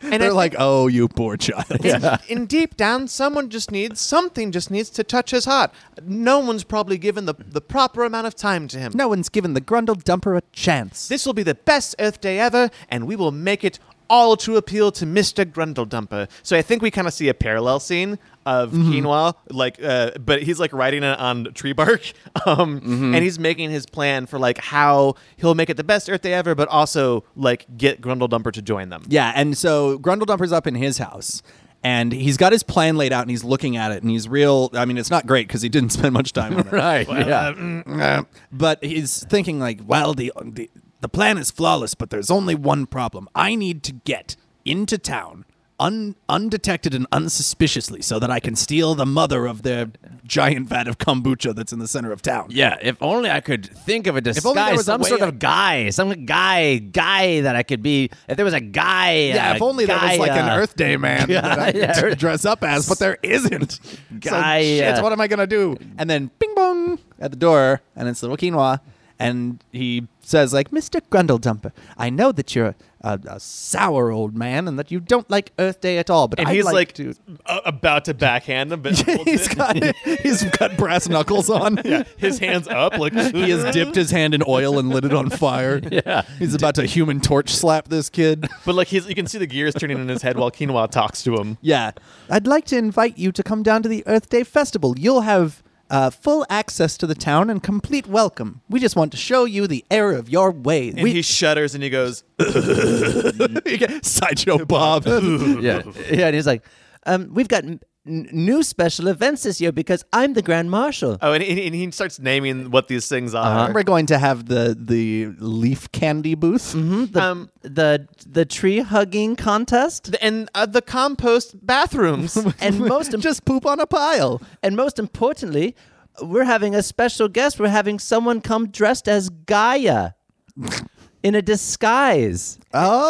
And I think- oh, you poor child. in, in deep down, someone just needs something. Just needs to touch his heart. No one's probably given the the proper amount of time to him. No one's given the Grundle Dumper a chance. This will be the best Earth Day ever, and we will make it all to appeal to Mr. Grundledumper. So I think we kind of see a parallel scene of Quinoa, like, uh, but he's like writing it on tree bark, *laughs* um, and he's making his plan for like how he'll make it the best Earth Day ever, but also like get Grundledumper to join them. Yeah, and so Grundle Dumper's up in his house, and he's got his plan laid out, and he's looking at it, and he's real. I mean, it's not great because he didn't *laughs* spend much time on it. Right. yeah. Uh, but he's thinking like, well, the, the the plan is flawless, but there's only one problem. I need to get into town un, undetected and unsuspiciously, so that I can steal the mother of their giant vat of kombucha that's in the center of town. Yeah, if only I could think of a only there disguise, was a some way sort I- of guy, some guy, guy that I could be. If there was a guy, Yeah, uh, if only there was like guy, an uh, Earth Day man that I could yeah. *laughs* dress up as, but there isn't. Guy, so, shit, uh, what am I gonna do? And then bing bong at the door, and it's little quinoa, and he says like, "Mr. Grundledumper, I know that you're a, a sour old man and that you don't like Earth Day at all, but And I'd he's like, like, *laughs* to." a- about *laughs* to backhand him, but holds he's it. got he's got brass knuckles on. *laughs* his hands up, like *laughs* He has dipped his hand in oil and lit it on fire. Yeah, he's about to human torch slap this kid. But like he's, you can see the gears turning in his head while Quinoa talks to him. Yeah. I'd like to invite you to come down to the Earth Day Festival. You'll have uh, full access to the town and complete welcome. We just want to show you the error of your ways. And we he shudders and *laughs* he goes, *laughs* sideshow Bob. Yeah. *laughs* yeah, and he's like, um, we've got n- n- new special events this year because I'm the grand marshal. oh, and, and and he starts naming what these things are. We're going to have the the leaf candy booth. The, Um, the the tree hugging contest, The- and uh, the compost *laughs* bathrooms. and most im- Just poop on a pile. and most importantly, we're having a special guest. We're having someone come dressed as Gaia. In a disguise.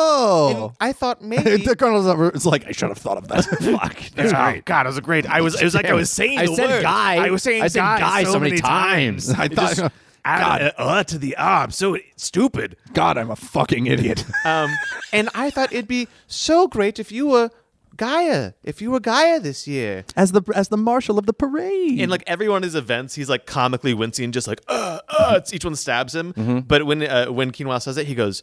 Oh. I thought maybe. *laughs* The colonel's it's like I should have thought of *laughs* that. Fuck. That's oh, God, it was a great. I was. It was like I was saying. I the said word. guy. I was saying I said guy, guy so, many, times. *laughs* I It thought- Just, God, uh, uh, to the ah, I'm so stupid. Uh, God, I'm a fucking idiot. *laughs* um, and I thought it'd be so great if you were Gaia, if you were Gaia this year. as the as the marshal of the parade. And like every one of his events, he's like comically wincing, just like uh, uh, it's, each one stabs him. Mm-hmm. But when uh, when Quinoa says it, he goes,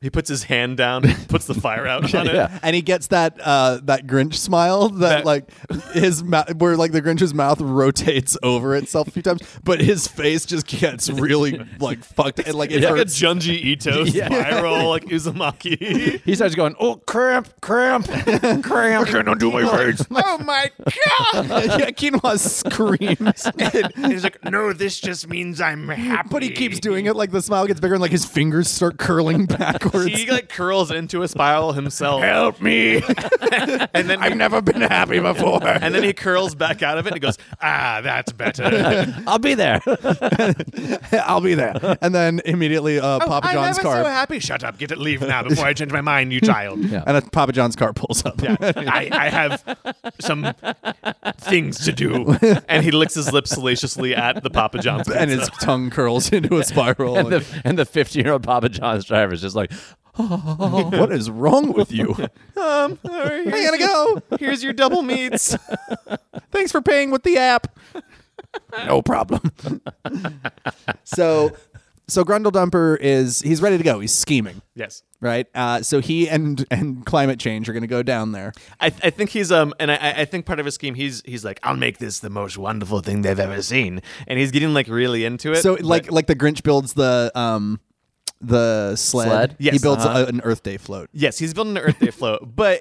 he puts his hand down, puts the fire *laughs* out *laughs* on it. and he gets that uh, that Grinch smile that, That- like his mouth where like the Grinch's mouth rotates over itself a few times, but his face just gets really like fucked and like it It's like a *laughs* hurts. Junji *laughs* Ito spiral, like Uzumaki. He starts going, oh, cramp, *laughs* cramp, I cramp. can't undo *laughs* my face. oh my god! yeah, *laughs* Quinoa screams, And *laughs* he's like, no, this just means I'm happy. *laughs* but he keeps doing it. Like the smile gets bigger and like his fingers start curling backwards. *laughs* He like curls into a spiral himself, Help me! *laughs* and then I've never been *laughs* happy before. and then he curls back out of it and he goes, ah, that's *laughs* better. I'll *laughs* be there. I'll be there. and then immediately uh, Papa I'm John's ever car so happy. Shut up. Get it. Leave now before *laughs* I change my mind, you child. and a Papa John's car pulls up. I, I have some things to do. *laughs* and he licks his lips salaciously at the Papa *laughs* John's. And his pizza. *laughs* tongue curls into a spiral. And the 15 year old Papa John's driver is just like, *laughs* what is wrong with you? Um, I I gotta go. Here's your double meats. Thanks for paying with the app. No problem. *laughs* So, so Grundle Dumper is he's ready to go. He's scheming, yes. right? Uh, so he and and climate change are gonna go down there. I, I think he's um and I- I, I think part of his scheme he's he's like I'll make this the most wonderful thing they've ever seen and he's getting like really into it. So but- like like the Grinch builds the um the sled. Sled? he Yes, builds uh-huh. a- an Earth Day float. yes, he's building an Earth *laughs* Day float, but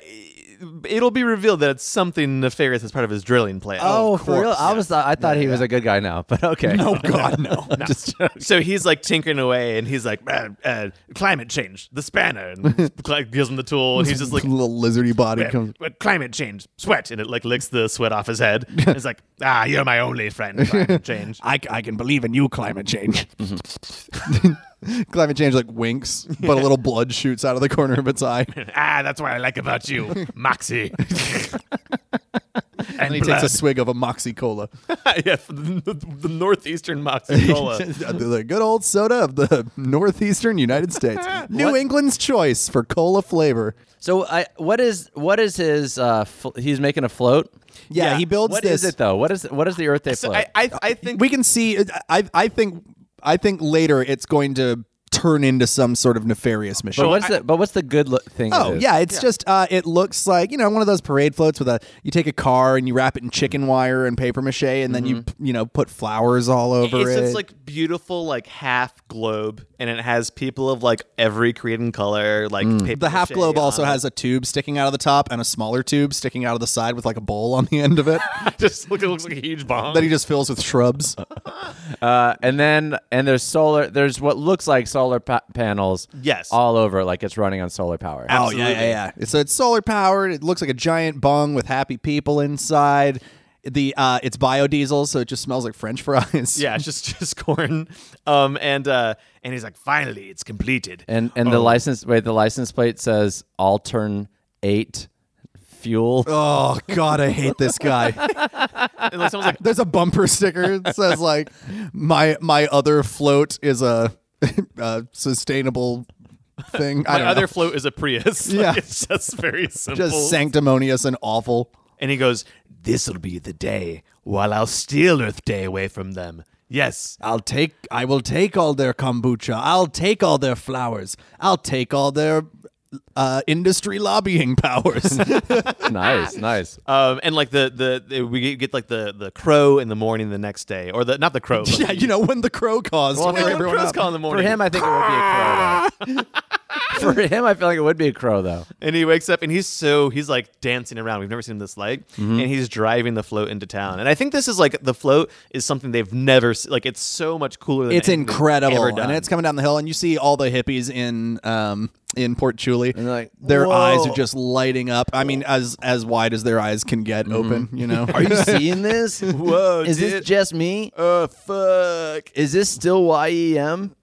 it'll be revealed that it's something nefarious as part of his drilling plan. oh, for real? I was I thought he was a good guy now, *laughs* but okay. Oh God, *laughs* no. Just joking. So he's like tinkering away, and he's like, uh, uh, "Climate change, the *laughs* spanner," and Clyde gives him the tool, and he's just like, little lizardy body "Uh, comes. uh, "Climate change, sweat," and it like licks the sweat off *laughs* his head. it's like, "Ah, you're my only friend, climate change." I, c- I can believe in you, climate *laughs* change. Mm-hmm. *laughs* Climate change like winks, but a little blood shoots out of the corner of its *laughs* eye. ah, that's what I like about you, Moxie. and he *laughs* takes a swig of a Moxie Cola. yeah, for the, the northeastern *laughs* Moxie *laughs* *laughs* cola. the good old soda of the northeastern United States. *laughs* New England's choice for cola flavor. So I what is what is his uh fl- he's making a float? Yeah, Yeah. he builds What this. is it though? What is what is the Earth Day so float? I, I, I think We can see. I, I think. I think later it's going to turn into some sort of nefarious mission. but what's the but what's the good lo- thing? Oh it is? yeah, it's just uh, it looks like you know one of those parade floats with a you take a car and you wrap it in chicken wire and paper mache and then you p- you know put flowers all over Mm-hmm. it's it. this like beautiful like half globe, and it has people of like every creed and color. Like paper the half mache globe on also it. has a tube sticking out of the top and a smaller tube sticking out of the side with like a bowl on the end of it *laughs* just look. It looks like a huge bomb. that he just fills with shrubs. Uh, and then and there's solar. There's what looks like solar pa- panels. Yes. all over like it's running on solar power. Oh yeah, yeah, yeah. It's- So it's solar powered. It looks like a giant bung with happy people inside. The uh, it's biodiesel, so it just smells like French fries. Yeah, it's just *laughs* just corn. Um, and uh, and he's like, finally, it's completed. And and Oh. the license wait the license plate says altern eight *laughs* fuel. *laughs* Oh God, I hate this guy. And like, someone's *laughs* like, There's a bumper sticker *laughs* that says like, "My my other float is a, *laughs* a sustainable thing." I my don't other know. float is a Prius. *laughs* Like, Yeah. it's just very simple. just sanctimonious and awful. and he goes, this'll be the day while I'll steal Earth Day away from them. Yes, I'll take I will take all their kombucha. I'll take all their flowers. I'll take all their uh, industry lobbying powers. *laughs* nice, nice. um, and like the, the the we get like the the crow in the morning the next day, or the not the *laughs* crow. but yeah, you know when the crow caused Well, to wake for- everyone crow's up. call in the For morning. him, I think it would be a *laughs* crow. Though. For him, I feel like it would be a crow though. and he wakes up and he's so he's like dancing around. We've never seen him this like, Mm-hmm. and he's driving the float into town. And I think this is like the float is something they've never se- like. It's so much cooler. Than It's anything they've incredible, ever done. and it's coming down the hill, and you see all the hippies in um in Port Chuli. they're like, their "Whoa." eyes are just lighting up. I mean, as as wide as their eyes can get open. You know, *laughs* Are you seeing this? Whoa! Is this just me? Oh fuck! Is this still E YEM?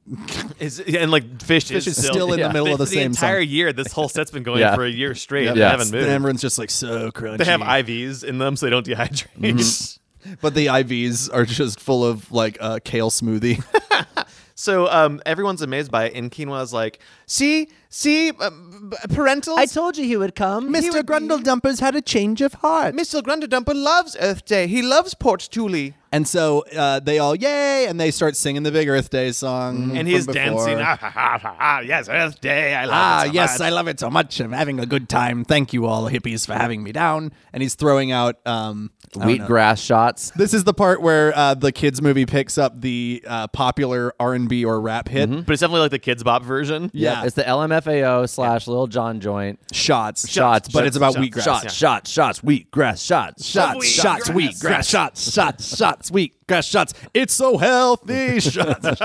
Is- yeah, and like fish, Fish is still in the middle of the same The entire song. year, this whole set's been *laughs* going Yeah. for a year straight. Yep. They Yeah. haven't and moved. everyone's just like so crunchy. they have IVs in them, so they don't dehydrate. Mm-hmm. *laughs* but the IVs are just full of like uh, kale smoothie. *laughs* So um, everyone's amazed by it, and Quinoa's like, "See, see, um, parental." told you he would come, Mr. Grundle Dumpers had a change of heart. Mr. Grunderdumper loves Earth Day. He loves Port Thule. And so uh, they all, yay, and they start singing the Big Earth Day song. Mm-hmm. And he's from dancing. before. Ah, ha, ha, ha, ha. *laughs* Yes, Earth Day. I love Ah, it so yes, much." I love it so much. I'm having a good time. Thank you all, hippies, for having me down. And he's throwing out. Um, I don't know. Wheatgrass shots. This is the part where uh, the kids movie picks up the uh, popular R&B or rap hit but it's definitely like the Kids Bop version. Mm-hmm. Yeah. Yep, it's the LMFAO slash Lil John joint. shots, Shots, but it's about shots, wheatgrass. Shots, shots, shots, wheatgrass, shots, Shots, Of shots, wheatgrass. wheatgrass, shots, shots, shots, wheatgrass, shots. It's so *laughs* healthy. Shots.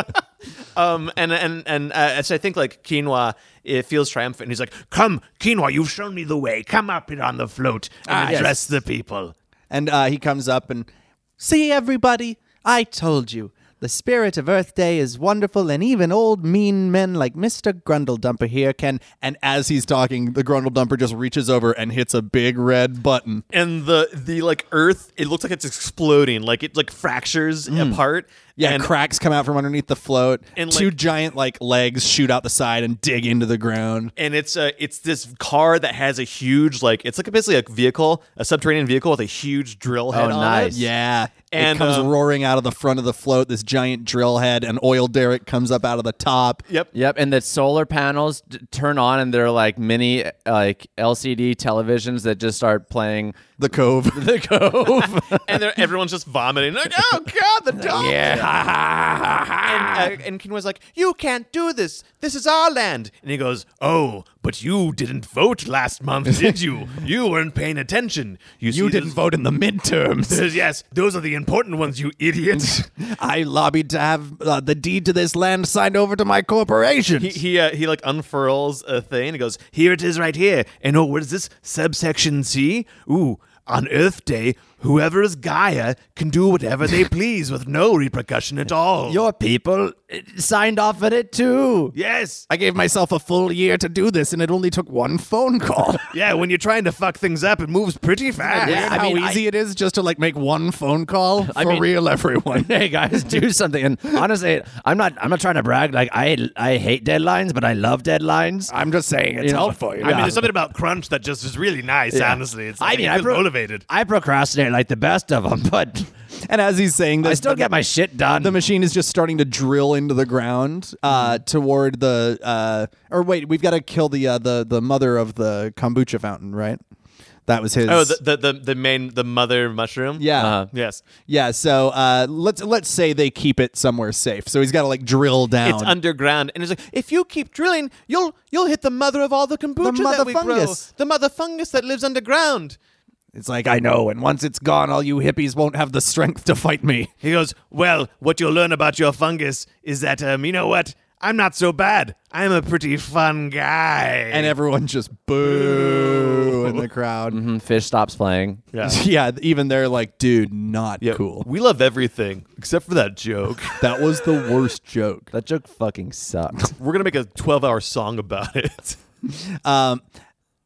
Um, and and and uh, so I think like quinoa, it feels triumphant. And he's like, "Come, quinoa, you've shown me the way. Come up it on the float and yes. address the people." And uh, he comes up and, see everybody, I told you. The spirit of Earth Day is wonderful, and even old mean men like Mr. Grundledumper here can. And as he's talking, the Grundledumper just reaches over and hits a big red button. And the the like Earth, it looks like it's exploding, like it like fractures apart. Yeah, And- cracks come out from underneath the float. And, Two like- giant like legs shoot out the side and dig into the ground. and it's uh, it's this car that has a huge like it's like a, basically a vehicle, a subterranean vehicle with a huge drill head on nice. it. Yeah, it And, comes um, roaring out of the front of the float. This giant drill head, an oil derrick comes up out of the top. Yep. Yep, and the solar panels d- turn on, and they're like mini like LCD televisions that just start playing The cove. *laughs* the Cove. and they're- everyone's just vomiting. Like, oh god, the dog. Yeah. And, uh, and King was like, "You can't do this. This is our land." And he goes, "Oh, but you didn't vote last month, did you? You weren't paying attention. You, see you didn't this- vote in the midterms. Says, *laughs* yes, *laughs* those are the important ones, you idiot." *laughs* I lobbied to have uh, the deed to this land signed over to my corporation. he he, uh, he like unfurls a thing and he goes, "Here it is, right here." And oh, what is this subsection C? Ooh, on Earth Day, whoever is Gaia can do whatever they please with no repercussion at all. Your people eh, signed off on it too. yes, I gave myself a full year to do this, and it only took one phone call. yeah. When you're trying to fuck things up, it moves pretty fast. *laughs* Yeah, I *laughs* How mean, I- easy it is just to like make one phone call for mean- real, everyone. *laughs* hey *laughs* guys, do something. And honestly, I'm not I'm not trying to brag. Like I I hate deadlines, but I love deadlines. I'm just saying it's know, helpful. you I mean, know? there's something about crunch that just is really nice. Honestly, it's I mean, I pro- I procrastinate like the best of them, but and as he's saying this, I still the- get my shit done. the machine is just starting to drill into the ground uh, Mm-hmm. toward the uh, or wait we've got to kill the uh, the the mother of the kombucha fountain right that was his Oh, the, the the the main the mother mushroom. yeah Uh-huh. Yes. yeah so uh, let's let's say they keep it somewhere safe so he's got to like drill down It's underground, and it's like if you keep drilling, you'll you'll hit the mother of all the kombucha mother that we fungus. grow, the mother fungus that lives underground. it's like I know, and once it's gone, all you hippies won't have the strength to fight *laughs* me. He goes, Well, what you'll learn about your fungus is that, um, you know what? I'm not so bad. I'm a pretty fun guy. and everyone just boo in the crowd And Hmm, Fish stops playing. *laughs* Mm-hmm. yeah even they're like dude not Yeah, cool We love everything except for that joke. *laughs* that was the worst joke That joke fucking sucked. We're going to make a 12 hour song about it. um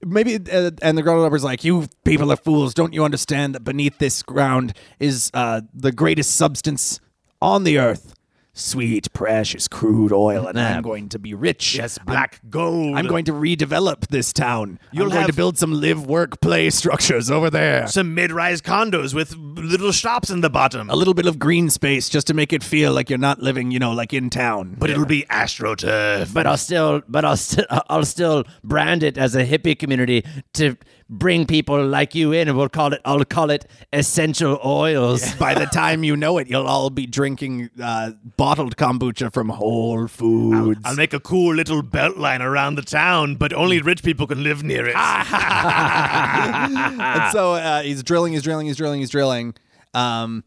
maybe uh, and the grown up is like you You people are fools. Don't you understand that beneath this ground is uh, the greatest substance on the earth? Sweet, precious, crude oil, and I'm going to be rich. black gold. I'm going to redevelop this town. You'll I'm going to have- build some live, work, play *laughs* structures over there. some mid rise condos with little shops in the bottom. a little bit of green space just to make it feel like you're not living, you know, like in town. But it'll be AstroTurf. but I'll still, but I'll still, *laughs* I'll still brand it as a hippie community to bring people like you in, and we'll call it, I'll call it essential oils. *laughs* by the time you know it, you'll all be drinking uh, bottled kombucha from Whole Foods. I'll make a cool little belt line around the town, but only rich people can live near it. Ah. and *laughs* so uh, he's drilling, he's drilling, he's drilling, he's drilling. Um,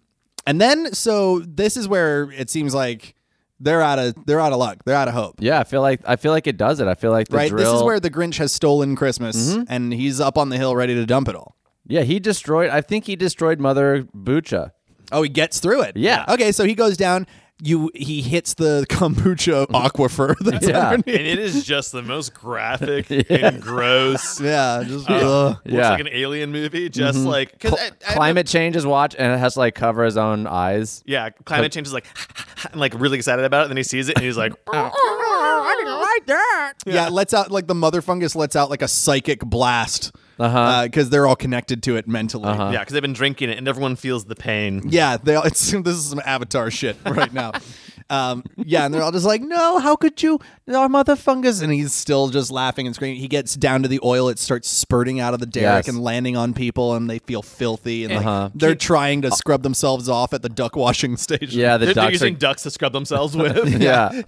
and then so this is where it seems like they're out of they're out of luck. They're out of hope. yeah, I feel like I feel like it does it. I feel like the right? drill. Mm-hmm. This is where the Grinch has stolen Christmas and he's up on the hill ready to dump it all. yeah, he destroyed. I think he destroyed Mother Bucha. Oh, he gets through it. Yeah. Okay, so he goes down. You he hits the *laughs* kombucha aquifer *laughs* that's Mm-hmm. Yeah. underneath. *laughs* and it is just the most *laughs* graphic and gross. Yeah. Just, ugh. Looks Yeah. like an alien movie, just like cause I- I Climate change is watch, and it has to like cover his own eyes. know- yeah, climate change is like, *laughs* I'm like really excited about it. And then he sees it and *laughs* he's like, yeah. it lets out like the mother fungus lets out like a psychic blast. Uh-huh. Because they're all connected to it mentally. Uh-huh. yeah, because they've been drinking it and everyone feels the pain. Yeah, they all, *laughs* it's this is some Avatar shit right now. um, yeah, and they're all just like, "No, how could you, our mother fungus?" And he's still just laughing and screaming. He gets down to the oil; it starts spurting out of the derrick Yes. Uh-huh. and landing on people, and they feel filthy and like they're trying to scrub themselves off at the duck washing *laughs* station. Yeah, the they're, they're ducks are. using ducks to scrub themselves *laughs* with. *laughs* yeah.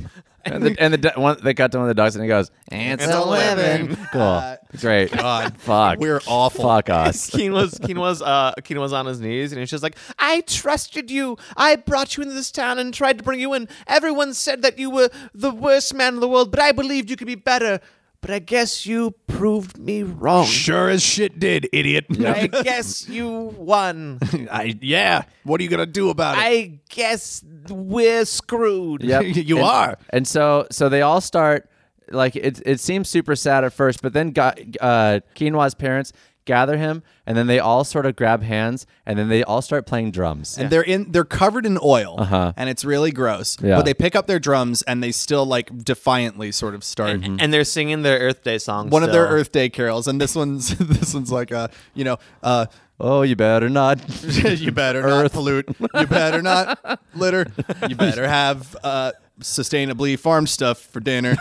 And the, and the du- one they cut to one of the ducks and he goes, "It's, It's a eleven." living." Cool, *laughs* great. God, fuck. we're awful. *laughs* Fuck us. Keen was Keen was uh Keen was on his knees and he's just like, I trusted you. I brought you into this town and tried to bring you in. Everyone said that you were the worst man in the world, but I believed you could be better. But I guess you proved me wrong. sure as shit did, idiot. I *laughs* guess you won. I, *laughs* yeah. What are you going to do about it? I guess we're screwed. *laughs* Yep. You And- are. And so so they all start like it it seems super sad at first, but then got uh Quinoa's parents gather him, and then they all sort of grab hands, and then they all start playing drums. and they're in they're covered in oil and it's really gross Uh-huh. Yeah. but they pick up their drums and they still like defiantly sort of start and they're singing their Earth Day song. one of their still. earth day carols and this one's *laughs* this one's like uh you know uh *laughs* oh, you *laughs* better not. you better not pollute you better not litter you better have uh sustainably farmed stuff for dinner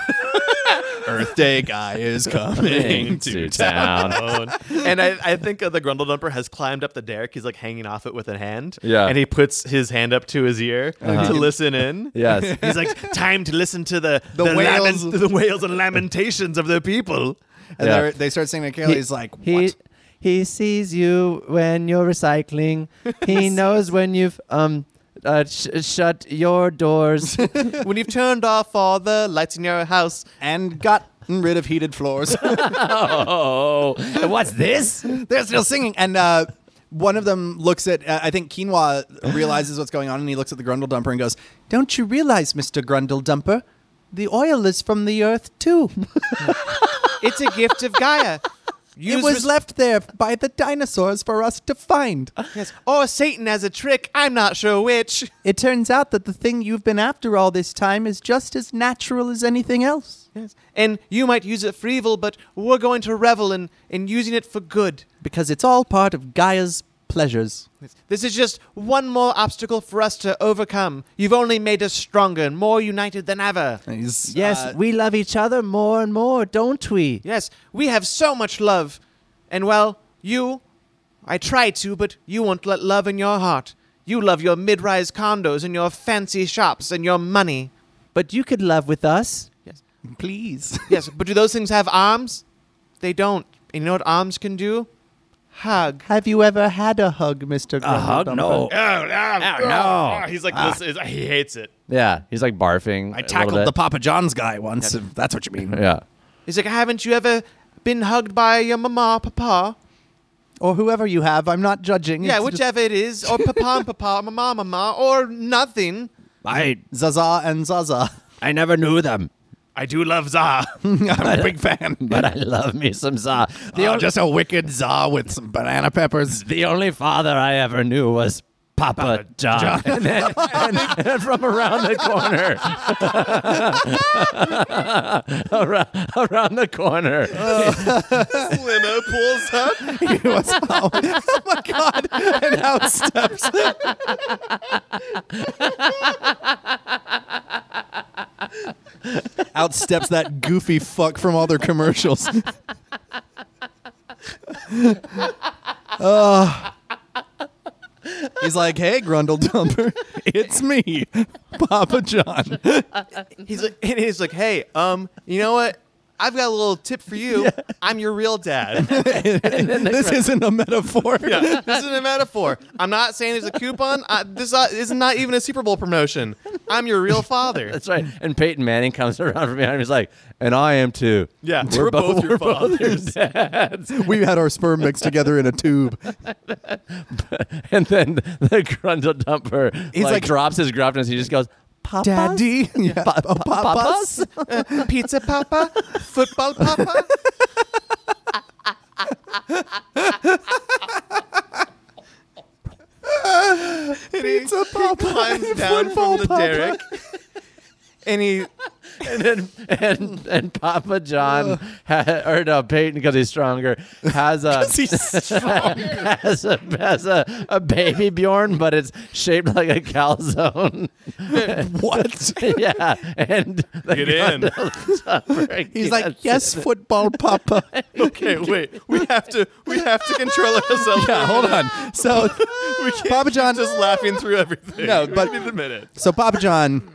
earth day guy is coming to town *laughs* Um, and I, I think uh, the Grundle Dumper has climbed up the derrick. He's like hanging off it with a hand. Yeah. And he puts his hand up to his ear Uh-huh. to listen in. *laughs* yes. He's like, time to listen to the The wails. lamen- the wails and lamentations of the people. and Yeah. they're they start singing a carol he's like what? He he sees you when you're recycling. *laughs* He knows when you've um uh, sh- shut your doors. *laughs* when you've turned off all the lights in your house. and gotten rid of heated floors oh, and what's this? They're still singing, and uh, one of them looks at. Uh, I think Quinoa realizes what's going on, and he looks at the Grundle Dumper and goes, "Don't you realize, Mister Grundle Dumper, the oil is from the earth too. *laughs* It's a gift of Gaia. it was left there by the dinosaurs for us to find. or Satan as a trick. I'm not sure which. It turns out that the thing you've been after all this time is just as natural as anything else." Yes. And you might use it for evil, but we're going to revel in, in using it for good. Because it's all part of Gaia's pleasures. This is just one more obstacle for us to overcome. You've only made us stronger and more united than ever. He's, Yes, uh, we love each other more and more, don't we? Yes, we have so much love. And well, you, I try to, but you won't let love in your heart. You love your mid rise condos and your fancy shops and your money. But you could love with us. please. Yes, but do those things have arms? They don't. And you know what arms can do? Hug. Have you ever had a hug, Mister? A hug? Oh, No. Oh, Oh, Oh, no. Ah, He's like, this he hates it. Yeah, he's like barfing. I tackled the Papa John's guy once, if that's what you mean. Yeah. He's like, haven't you ever been hugged by your mama, papa? or whoever you have. I'm not judging. It's Yeah, just- whichever it is, or papa and papa, mama, mama, or nothing. I Zaza and Zaza. I never knew them, I do love Za. *laughs* I'm a big fan. but I love me some *laughs* Za. The, Oh, on- just a wicked za with some banana peppers. the only father I ever knew was Papa John, and, then, and- and *laughs* from around the corner, around, around the corner. Uh. Limo pulls up. *laughs* He was- oh, my god! And out steps out steps that goofy fuck from all their commercials. Ah. he's like, "Hey, Grundle Dumper, it's me, Papa John." He's like, *laughs* and he's like, hey, um, you know what? I've got a little tip for you. I'm your real *laughs* dad. this isn't a metaphor. *laughs* this isn't a metaphor. I'm not saying there's a coupon. I, this uh, is not even a Super Bowl promotion. I'm your real father. *laughs* That's right. And Peyton Manning comes *laughs* around from behind and he's like, and I am too. Yeah, We're, both, we're both your *laughs* dads. We had our sperm mixed together in a tube. And then the grundle dumper He's like, like- drops his gruffness. He just goes, Papa. Daddy, *laughs* yeah. Oh, papas. *laughs* Pizza Papa, football *laughs* Papa. Pizza papa. Climbs down from Football the Papa. derrick, *laughs* and he And then and, and Papa *laughs* John ha- or no Peyton because he's stronger has a *laughs* *laughs* has a has a, a baby Bjorn, but it's shaped like a *laughs* calzone. What? *laughs* yeah, and *laughs* the Get in. *laughs* Grundle- He's like, yes, football papa. Okay, wait. We have to. *laughs* We have to control ourselves. yeah, hold on. *laughs* So, Papa John. Just laughing through everything. No, but- *laughs* we need a minute. so Papa *laughs* John.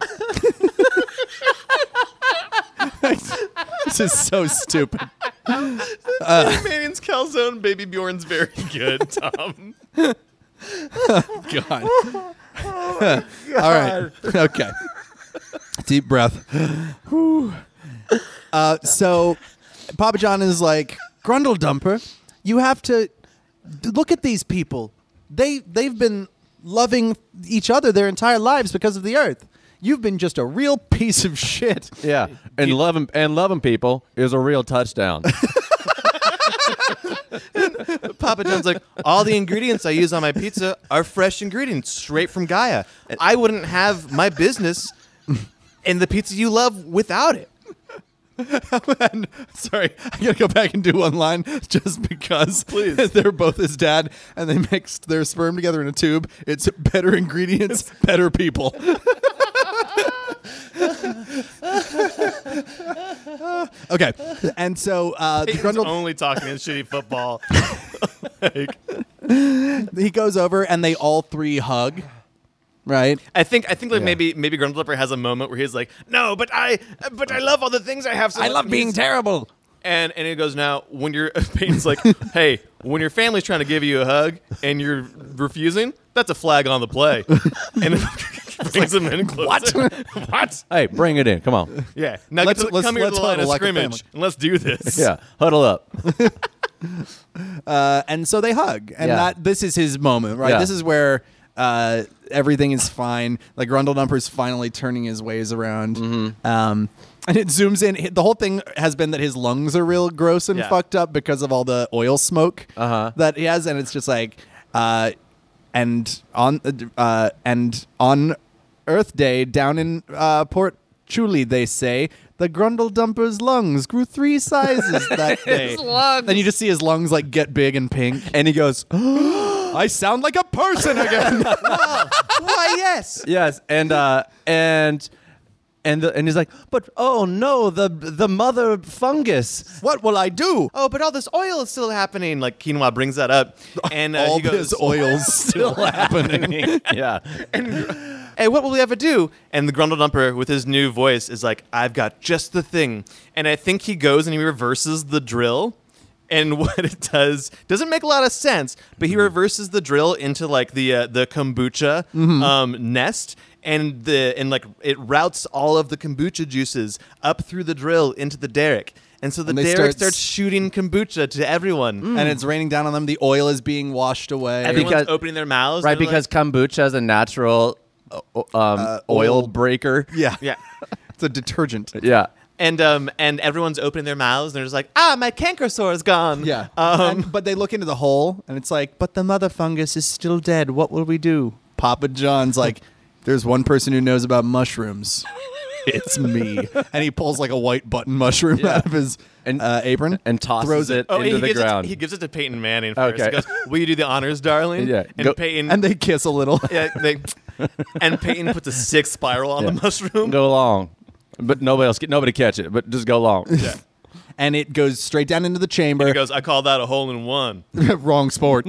*laughs* this is so stupid. Manion's calzone, baby Bjorn's *laughs* very good. Tom. God. All right. *laughs* Okay. Deep breath. Whew. Uh, so, Papa John is like Grundle Dumper. You have to d- look at these people. They they've been loving each other their entire lives because of the Earth. You've been just a real piece of shit. yeah, and love *laughs* him and love him people is a real touchdown. Papa John's like, all the ingredients I use on my pizza are fresh ingredients straight from Gaia. I wouldn't have my business and the pizza you love without it. And- sorry, I gotta go back and do one line just because. Please, *laughs* they're both his dad, and they mixed their sperm together in a tube. It's better ingredients, better people. okay, and so uh, the Grundle, only talking in shitty football. he goes over, and they all three hug. Right, *laughs* I think I think like maybe maybe Grundlepper has a moment where he's like, no, but I but I love all the things I have. So I love *laughs* being terrible. And and it goes now when your *laughs* Peyton's like, hey, when your family's trying to give you a hug and you're refusing, that's a flag on the *laughs* play. and it *laughs* brings him in closer. What? what? Hey, bring it in. Come on. *laughs* Yeah. Now Let's- get to, let's- come here to let's the line huddle of like a family. scrimmage and let's do this. Yeah, huddle up. *laughs* uh, and so they hug, and Yeah. that this is his moment, right? Yeah. This is where uh, everything is fine. Like Grundle Dumper's finally turning his ways around, Mm-hmm. um, and it zooms in. The whole thing has been that his lungs are real gross and Yeah. fucked up because of all the oil smoke Uh-huh. that he has, and it's just like, uh, and on uh, and on Earth Day down in uh, Port Chuli, they say. The Grundle Dumper's lungs grew three *laughs* sizes that day. lungs. Then you just see his lungs like get big and pink. And he goes, *gasps* I sound like a *laughs* person again. Why yes. yes, and uh, and and the, and he's like, but oh no, the the mother fungus. what will I *laughs* do? Oh, but all this oil is still happening. Like Quinoa brings *laughs* that up, and uh, All he goes, his oils *laughs* still happening. yeah, "Hey, what will we ever do?" And the Grundle Dumper, with his new voice, is like, "I've got just the thing." And I think he goes and he reverses the drill, and *laughs* what it does doesn't make a lot of sense. But Mm-hmm. he reverses the drill into like the uh, the kombucha Mm-hmm. um, nest. And the and like it routes all of the kombucha juices up through the drill into the derrick, and so the And they derrick start s- Mm. starts shooting kombucha to everyone. and it's raining down on them. The oil is being washed away. Every- Everyone's Because- opening their mouths, right. and they're Because kombucha is a natural uh, um, oil, oil. breaker. yeah. like, yeah, It's a detergent. yeah. and um, and everyone's opening their mouths, and they're just like, ah, my canker sore is gone. Yeah. um, And- but they look into the hole and it's like, but the mother fungus is still dead. What will we do? Papa John's like, there's one person who knows about mushrooms. It's me. *laughs* and he pulls like a white button mushroom out of his And- uh, apron and tosses throws it oh, into he the gives ground. It, he gives it to Peyton Manning first. Okay. He goes, "Will you do the honors, darling?" Yeah, and go- *laughs* Peyton And they kiss a little. *laughs* yeah, they, and Peyton puts a six spiral on Yeah. the mushroom. *laughs* Go along, but nobody else, nobody catch it. But just *laughs* go along. Yeah. and it goes straight down into the chamber. He goes, "I call that a hole in one." *laughs* Wrong sport.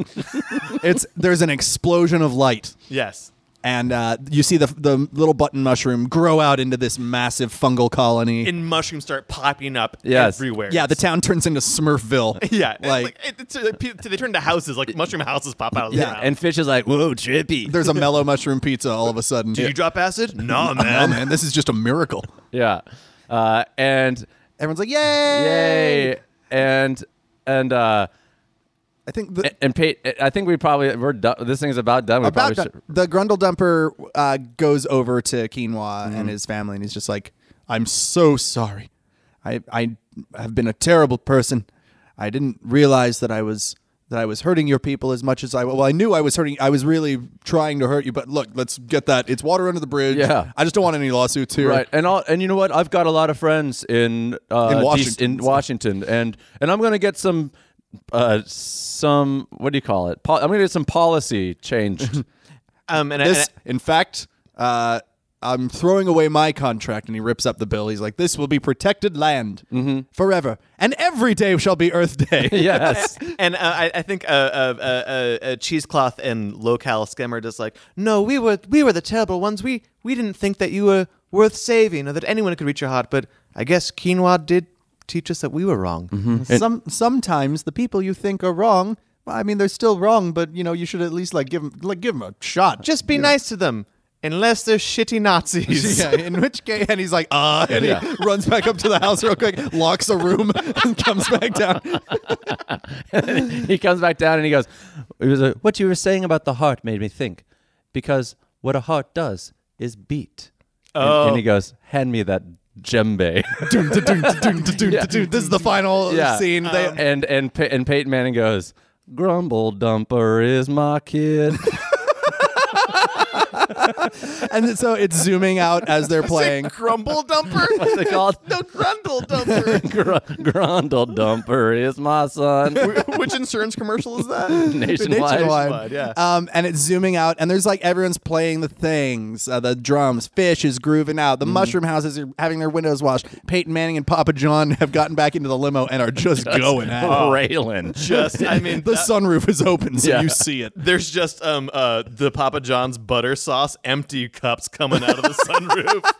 it's there's an explosion of light, yes. and uh, you see the the little button mushroom grow out into this massive fungal colony. And mushrooms start popping up Yes. everywhere. yeah, the town turns into Smurfville. *laughs* yeah, it's like, like, it- it's like pe- they turn into houses, like mushroom houses pop out. Of Yeah, the ground. And Fish is like, whoa, trippy. there's a mellow mushroom pizza all of a sudden. did you drop acid? No, oh man. man, this is just a miracle. Yeah. Uh, and Everyone's like, yay! yay, and and uh, I think the, and, and Peyton. I think we probably we're done. This thing's about done. We about probably should. Dun- the Grundle Dumper uh, goes over to Quinoa Mm-hmm. and his family, and he's just like, "I'm so sorry. I I have been a terrible person. I didn't realize that I was that I was hurting your people as much as I well. I knew I was hurting. I was really trying to hurt you. But look, let's get that. It's water under the bridge. Yeah. I just don't want any lawsuits here. Right, and all, and you know what? I've got a lot of friends in uh, In D- Washington. in Washington, and and I'm gonna get some uh some what do you call it? Pol- I'm gonna get some *laughs* policy changed. Um, and, I- and I- This, in fact, uh, I'm throwing away my contract. And he rips up the bill. He's like, "This will be protected land Mm-hmm. forever, and every day shall be Earth *laughs* Day." yes, and uh, I, I think uh, uh, uh, uh, uh, cheesecloth and locale skim are just like, no, we were we were the terrible ones. We we didn't think that you were worth saving or that anyone could reach your heart. But I guess quinoa did teach us that we were wrong. Some sometimes the people you think are wrong. Well, I mean, they're still wrong, but you know, you should at least like give them like give 'em a shot. Just be nice to them, unless they're shitty *laughs* *laughs* Nazis. yeah. In which case, and he's like, ah, and Yeah. he runs back up to the house real quick, locks a room, *laughs* and comes back down. *laughs* he comes back down and he goes, "He was like, what you were saying about the heart made me think, because what a heart does is beat." And- And, he goes, "Hand me that Oh. *laughs* djembe." Doom, da, doom, da, doom, da, doom, da, doom. This is the final Yeah. Um, scene. They- and and Pey- and Peyton Manning goes, Grumble Dumper is my *laughs* kid. and so it's zooming out as *laughs* they're playing. Crumble dumper? *laughs* What's it called? no, grundle dumper. *laughs* Gr- Grundle Dumper is my son. *laughs* Which insurance commercial is that? *laughs* Nationwide. Nationwide, yeah. Um, and it's zooming out, and there's like everyone's playing the things, uh, the drums. Fish is grooving out. Mm. The mushroom houses are having their windows washed. Peyton Manning and Papa John have gotten back into the limo and are *laughs* just, going at Oh. it. Raylan. Just, I mean, The that- sunroof is open, so Yeah. you see it. There's just um uh the Papa John's butter sauce empty cups coming out of the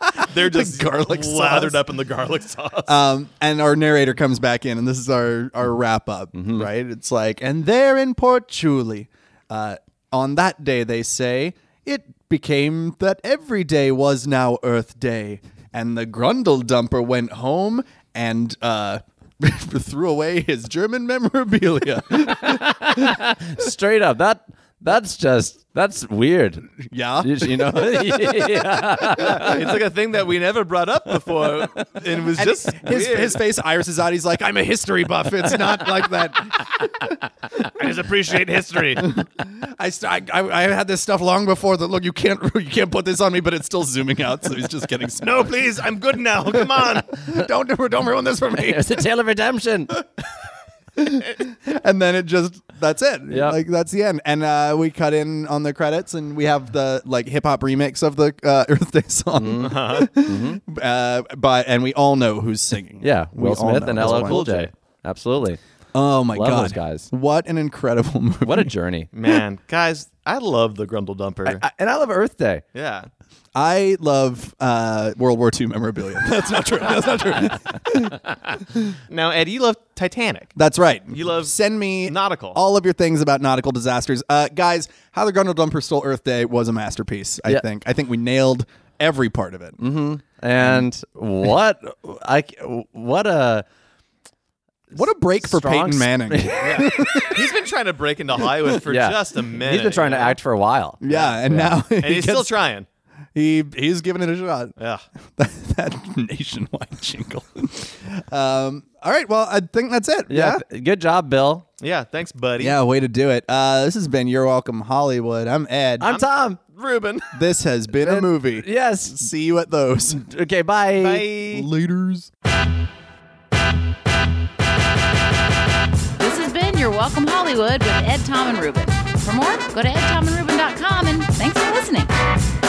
*laughs* sunroof. They're just garlic lathered sauce. up in the garlic sauce. Um, and our narrator comes back in, and this is our our wrap up, Mm-hmm. right? It's like, and there in Port Chuli, uh, on that day they say it became that every day was now Earth Day, and the Grundle dumper went home and uh, *laughs* threw away his German *laughs* memorabilia. *laughs* Straight up. That that's just that's weird. yeah, You, you know? *laughs* yeah. it's like a thing that we never brought up *laughs* before, and it was just his, weird. his face irises out. He's like, I'm a history buff. It's not like that. I just appreciate history. I, st- I, I I had this stuff long before. That look, you can't *laughs* you can't put this on me, but it's still zooming out, so he's just getting snow. no, please, I'm good now. Come on. *laughs* don't don't ruin this for *laughs* me. *laughs* It's a tale of redemption. and then it just that's it. Yep. Like that's the end. And uh, we cut in on the credits, and we have the like hip hop remix of the uh, *laughs* Earth Day song. uh Mm-hmm. *laughs* but and we all know who's singing. Yeah. We Will all Smith know and at this LL point. Cool J. Absolutely. Oh my Love god, those guys. What an incredible *laughs* movie. What a journey. *laughs* Man, guys, I love the Grundle Dumper. I- and I love Earth Day. yeah. I love uh, World War II memorabilia. *laughs* That's not true. That's not true. Now, Ed, you love Titanic. That's right. You love send me nautical. all of your things about nautical disasters, uh, guys. How the Grundle Dumper Stole Earth Day was a masterpiece. I Yeah. Mm-hmm. think. I think we nailed every part of it. And what I what a What a break for Strong Peyton sp- *laughs* Manning. yeah, *laughs* He's been trying to break into Hollywood for yeah. just a minute. He's been trying to you know? act for a while. and now *laughs* he and he's gets- still trying. he he's giving it a shot. *laughs* Yeah. that, that nationwide *laughs* jingle. um, all right, well, I think that's it. Yeah. Good job, Bill. Yeah. Thanks, buddy. Yeah, way to do it. Uh, this has been You're Welcome Hollywood. I'm Ed. I'm Tom. Ruben. this has been a movie. Yes. See you at those. Okay. Bye. Laters. This has been Your Welcome Hollywood with Ed, Tom, and Ruben. For more, go to edtomandruben.com and thanks for listening.